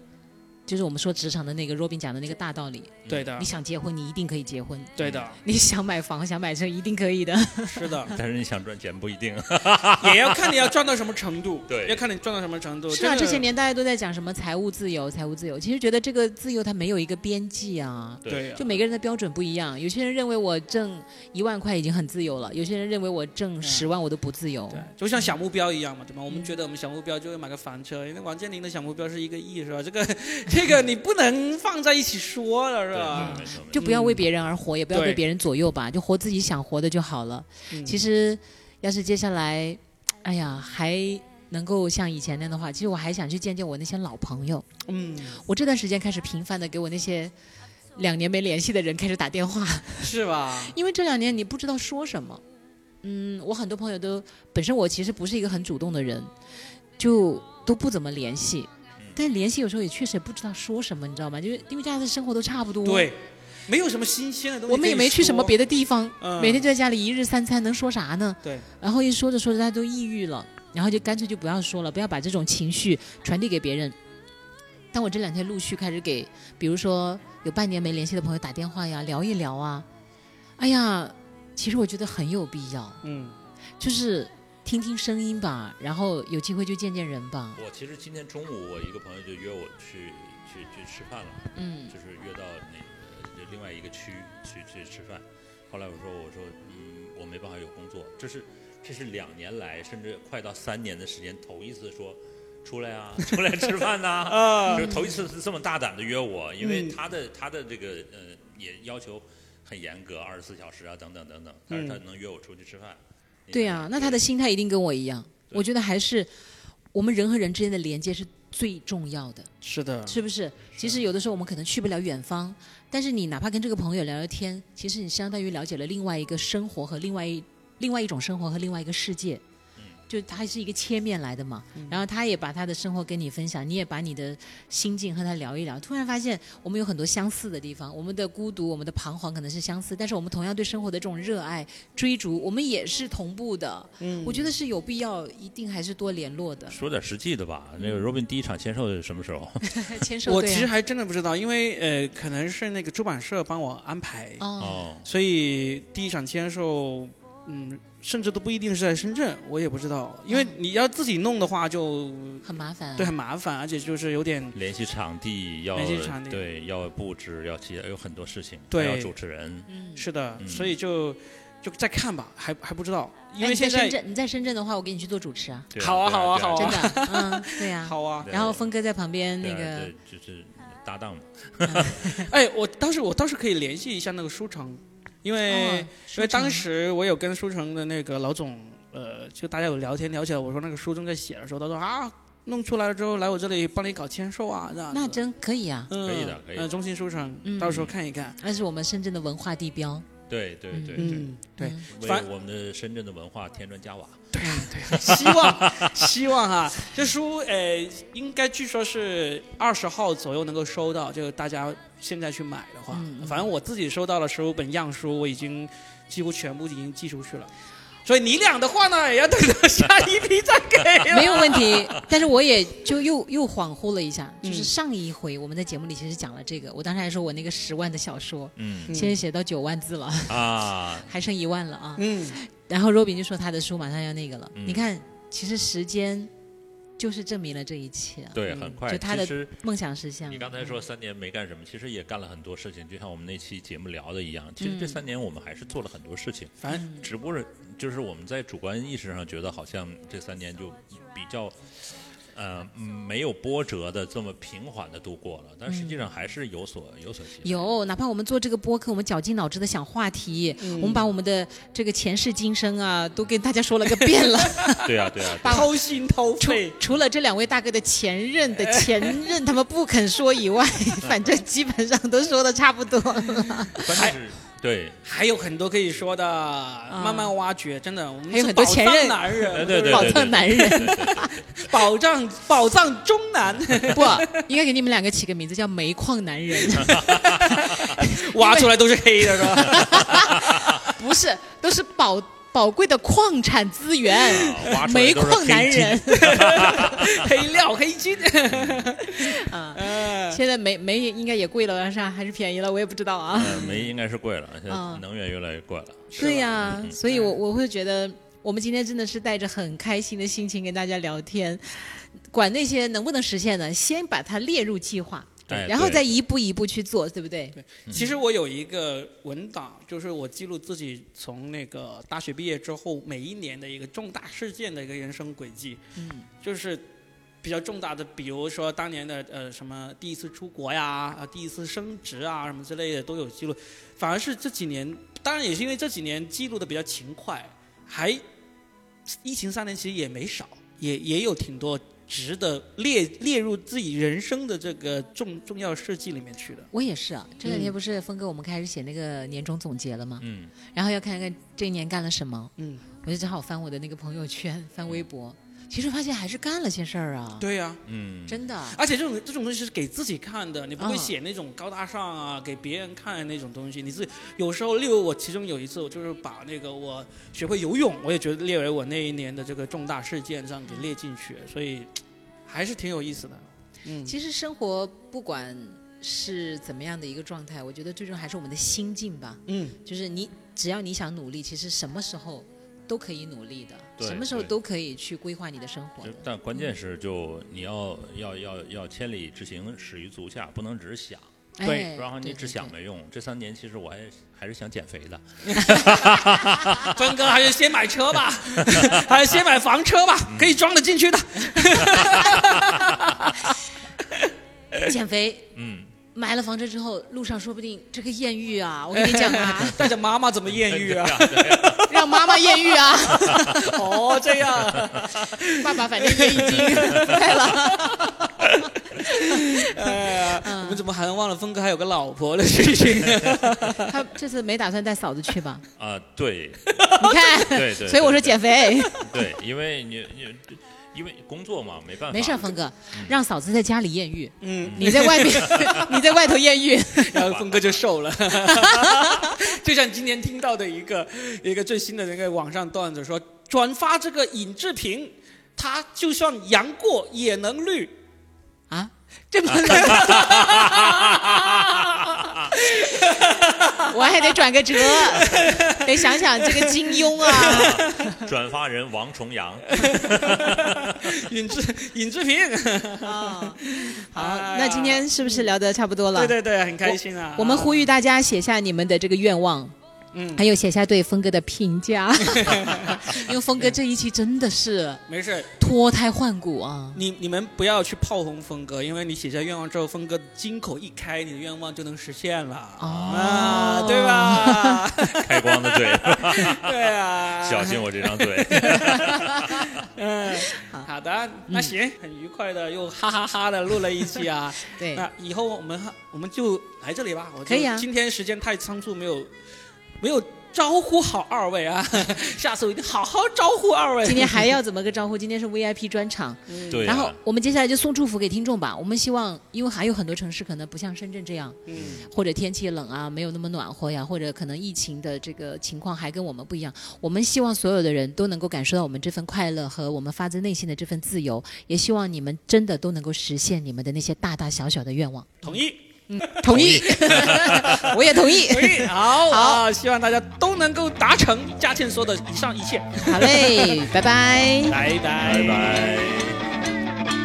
就是我们说职场的那个若冰讲的那个大道理。
对的
你，想结婚，你一定可以结婚；
对的，
你想买房、想买车，一定可以的。
是的，
但是你想赚钱不一定。啊
也要看你要赚到什么程度，
对
要看你赚到什么程度。
是啊，
这
这
个
些年大家都在讲什么财务自由，财务自由。其实觉得这个自由它没有一个边际啊。
对啊
就每个人的标准不一样，有些人认为我挣一万块已经很自由了，有些人认为我挣十万我都不自由。
啊对，就像小目标一样嘛，对吧？我们觉得我们小目标就会买个房车，因为王健林的小目标是一个亿，是吧？ 这个这个你不能放在一起说了，是吧？
对对，没错没错。
嗯就不要为别人而活，也不要
嗯对
被别人左右吧，就活自己想活的就好了。
嗯
其实，要是接下来，哎呀，还能够像以前那样的话，其实我还想去见见我那些老朋友。
嗯，
我这段时间开始频繁的给我那些两年没联系的人开始打电话，
是吧？
因为这两年你不知道说什么。嗯，我很多朋友都本身我其实不是一个很主动的人，就都不怎么联系。但联系有时候也确实不知道说什么，你知道吗？就是因为大家的生活都差不多，
对，没有什么新鲜的东西，
我们也没去什么别
的。
的地方，
嗯
每天就在家里一日三餐，能说啥呢？
对。
然后一说着说着，大家都抑郁了，然后就干脆就不要说了，不要把这种情绪传递给别人。但我这两天陆续开始给，比如说有半年没联系的朋友打电话呀，聊一聊啊。哎呀，其实我觉得很有必要，
嗯，
就是听听声音吧，然后有机会就见见人吧。
我其实今天中午我一个朋友就约我去去去吃饭了，
嗯
就是约到那个另外一个区去去吃饭。后来我说我说嗯我没办法有工作，这是这是两年来甚至快到三年的时间头一次说出来啊出来吃饭呐、
啊
就是头一次是这么大胆的约我，因为
嗯
他的他的这个呃也要求很严格，二十四小时啊等等等等，但是
嗯
他能约我出去吃饭。
对呀、那他的心态一定跟我一样。
对
我觉得还是我们人和人之间的连接是最重要的。
是的，
是不是？其实有的时候我们可能去不了远方，但是你哪怕跟这个朋友聊聊天，其实你相当于了解了另外一个生活和另外一另外一种生活和另外一个世界。
嗯
就它是一个切面来的嘛，然后他也把他的生活跟你分享，你也把你的心境和他聊一聊。突然发现我们有很多相似的地方，我们的孤独、我们的彷徨可能是相似，但是我们同样对生活的这种热爱、追逐，我们也是同步的。
嗯
我觉得是有必要，一定还是多联络的。
说点实际的吧，那
嗯
个 Robin 第一场签售是什么时候？
签售
我
对
其
啊
实还真的不知道，因为呃，可能是那个出版社帮我安排，
哦
哦，
所以第一场签售嗯，甚至都不一定是在深圳，我也不知道，因为你要自己弄的话就
很麻烦。啊
对很麻烦，而且就是有点
联系场地要
联系场地
对要布置要其他有很多事情，
对
还要主持人，
嗯，
是的，
嗯
所以就就再看吧，还还不知道，因
哎
为
你
现
在深
在
圳，你在深圳的话，我给你去做主持啊，
对
好啊
对
好啊
对
好啊
对
真
啊
的，嗯，对呀。
好 啊，
对
然后峰哥在旁边
对
那个，
对就是搭档嘛，
哎，我当时我倒是可以联系一下那个书城，因为、
哦
因为当。
舒城
时我有跟书城的那个老总，呃，就大家有聊天聊起来，我说那个书正在写的时候，他说啊，弄出来了之后来我这里帮你搞签售啊，这样子
那真可以啊，
嗯
可以的可以的
呃，中心书城，
嗯
到时候看一看，
那是我们深圳的文化地标。
对对对对，
嗯，对，
嗯
为
反
我们的深圳的文化添砖加瓦。
希望 希望哈，这书呃，应该据说是二十号左右能够收到，就大家现在去买的话，
嗯嗯
反正我自己收到了十五本样书，我已经几乎全部已经寄出去了。所以你俩的话呢，也要等到下一批再给了。
没有 问题，但是我也就又又恍惚了一下，
嗯
就是上一回我们在节目里其实讲了这个，我当时还说我那个十万的小说，
嗯
嗯
现在写到九万字 了，
啊，
还剩一万了啊。
嗯，
然后若饼就说他的书马上要那个了，
嗯
你看，其实时间就是证明了这一切啊，
对，
嗯
很快。
就他的嗯
其实
梦想实现了。
你刚才说三年没干什么，其实也干了很多事情，就像我们那期节目聊的一样。其实这
嗯
三年我们还是做了很多事情，
反正
只不过是就是我们在主观意识上觉得好像这三年就比较。呃，嗯没有波折的这么平缓的度过了，但实际上还是有所有所起伏。
嗯有，哪怕我们做这个播客，我们绞尽脑汁的想话题，
嗯
我们把我们的这个前世今生啊，都跟大家说了个遍 了。
对啊，对啊，对啊
把
掏心掏
除
肺，
除了这两位大哥的前任 的前任他们不肯说以外，反正基本上都说的差不多了。
关键是，对，
还有很多可以说的，慢慢挖掘，真的，我们
啊还有
是
很多
宝
前
藏
任
男人，
对对对，
宝
对
藏男人，
对对对对
宝藏宝藏中男，
不，应该给你们两个起个名字叫煤矿男人，
挖出来都是黑的，是 吧？
不是，都是宝宝贵的矿产资源
啊挖，出来
煤
都是
矿男
黑金
人。
黑料黑金，
啊
嗯
现在煤煤也应该也贵了，但是还是便宜了，我也不知道 啊。
呃煤应该是贵了，现在
嗯
能源越来越贵了。
对呀、
嗯
所以我我会觉得，我们今天真的是带着很开心的心情跟大家聊天，管那些能不能实现呢，先把它列入计划，
哎
然后
对
再一步一步去做，对不对？
其实我有一个文档，就是我记录自己从那个大学毕业之后每一年的一个重大事件的一个人生轨迹，
嗯，
就是比较重大的，比如说当年的呃什么第一次出国呀，啊第一次升职啊什么之类的都有记录，反而是这几年，当然也是因为这几年记录的比较勤快，还疫情三年其实也没少，也也有挺多值得列列入自己人生的这个重重要事迹里面去的。
我也是啊，这两天不是峰哥我们开始写那个年终总结了吗？
嗯，
然后要看看这一年干了什么，
嗯，
我就正好翻我的那个朋友圈，翻微博，其实发现还是干了些事儿啊，
对呀、
嗯，
真的。
而且这种这种东西是给自己看的，你不会
嗯
写那种高大上啊，给别人看的那种东西。你自己有时候，例如我其中有一次，我就是把那个我学会游泳，我也觉得列为我那一年的这个重大事件这样给列进去，所以嘖还是挺有意思的。嗯，
其实生活不管是怎么样的一个状态，我觉得最终还是我们的心境吧。
嗯，
就是你只要你想努力，其实什么时候都可以努力的，
对
什么时候
对
都可以去规划你的生活
就
的。
但关键是，就你要要要要千里之行，始于足下，不能只是想，
对
哎
不然你
对
只
对
想
对
没用。这三年其实我还还是想减肥的，
嗯
真哥还是先买车 吧，还是先买房车吧，
嗯
可以装得进去的。
减肥，
嗯，
买了房车之后，路上说不定这个艳遇啊，我跟你讲 啊，
带着妈妈怎么艳遇 啊？
让妈妈艳 遇啊，
哦，这样。
爸爸反正也已经在了。
哎呀，
嗯
我们怎么还忘了峰哥还有个老婆的事情？
他这次没打算带嫂子 去吧？
啊，对
你看，
对对
所以我
对
说减肥，
对，因为你你因为工作嘛，没办法。
没事儿，峰哥，让嫂子在家里艳遇，
嗯，
你在外面， 你在外头艳遇。
然后峰哥就瘦 了，就像今天听到的一个一个最新的那个网上段子说，转发这个尹志平，他就算杨过也 能绿。
啊，这么冷， 我还得转 个折，得想想这个金庸啊，
转发人王重阳，
尹志尹志平，
啊，好，
哎呀
那今天是不是聊得差不多了？
对对对，很开心啊。
我们呼吁大家写下你们的这个愿望，
嗯
还有写下对峰哥的评 价， 因为峰哥这一期真的是
没事，
脱胎换骨啊！
你你们不要去炮轰峰哥，因为你写下愿望之后，峰哥金口一开，你的愿望就能实现了。啊，
哦，
对？ 吧？
开光的嘴，
对啊，
小心我这张嘴。
嗯，好的，
嗯
那行，很愉快的又哈哈哈的录了一期啊。
对，
那以后我们我们就来这里吧。我就
可以啊
今天时间太仓促，没有没有招呼好二位啊， 下次我一定好好招呼二位。嗯
今 天还要怎么个招呼？今天是 VIP 专场，
对啊呀、
然后我们接下来就送祝福给听众吧。我们希望，因为还有很多城市可能不像深圳这样，
嗯，
或者天气冷啊，没有那么暖和呀，或者可能疫情的这个情况还跟我们不一样。我们希望所有的人都能够感受到我们这份快乐和我们发自内心的这份自由，也希望你们真的都能够实现你们的那些大大小小的愿望。
同意，
同意， 我也同意。
同 意，好，
好
啊希望大家都能够达成佳倩说的以上一切。
好嘞，拜拜。
拜拜
拜拜。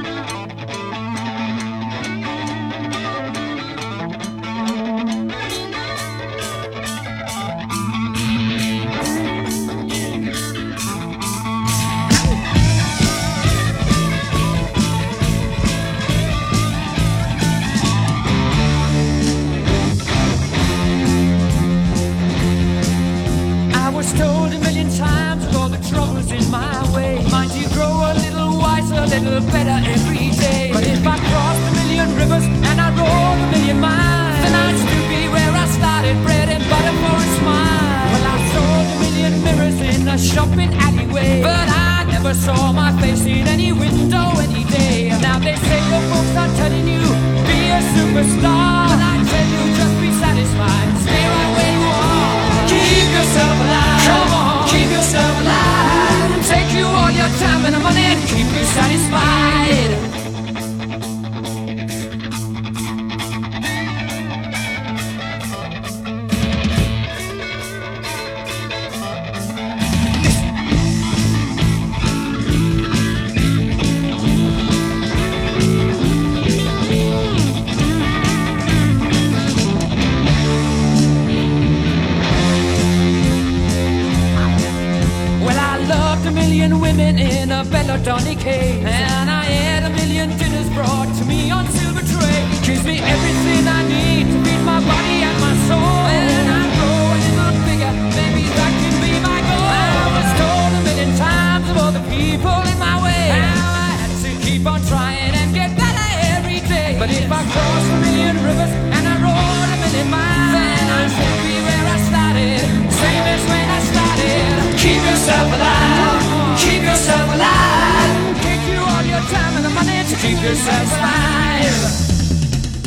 I was told a million times with all the troubles in my way. Mind you grow a little wiser, a little better every day. But if I crossed a million rivers and I rode a million miles, then I'd still be where I started, bread and butter for a smile. Well, I sold a million mirrors in a shopping alleyway, but I never saw my face in any window any day. Now they say your folks are telling you be a superstar, but I tell you just be satisfied, stay right where you are. Keep yourself alive. Come on, keep yourself alive. Take you all your time and money and keep you satisfied. Well, I loved a million women in a Belladonna cave. And I had a million dinners brought to me on silver tray. Gives me everything I need to feed my body and my soul. When I grow a little bigger, maybe that can be my goal. I was told a million times of all the people in my way. How I had to keep on trying and get better every day. But if I cross a million rivers and I rode a million miles, then I should be where I started. Same as when I started. Keep yourself alive. Keep yourself alive. Take you all your time and the money to keep yourself alive.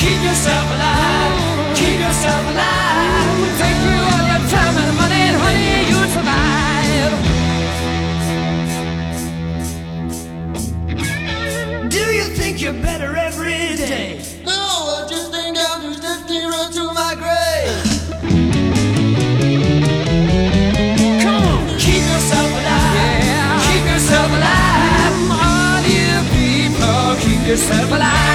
Keep yourself alive. Keep yourself alive. Take you all your time and money and honey, you survive. Do you think you're better every day?
No, I just think I'm just a zero to my grave.
Come on. Keep yourself alive. Keep yourself alive. All you people, keep yourself alive.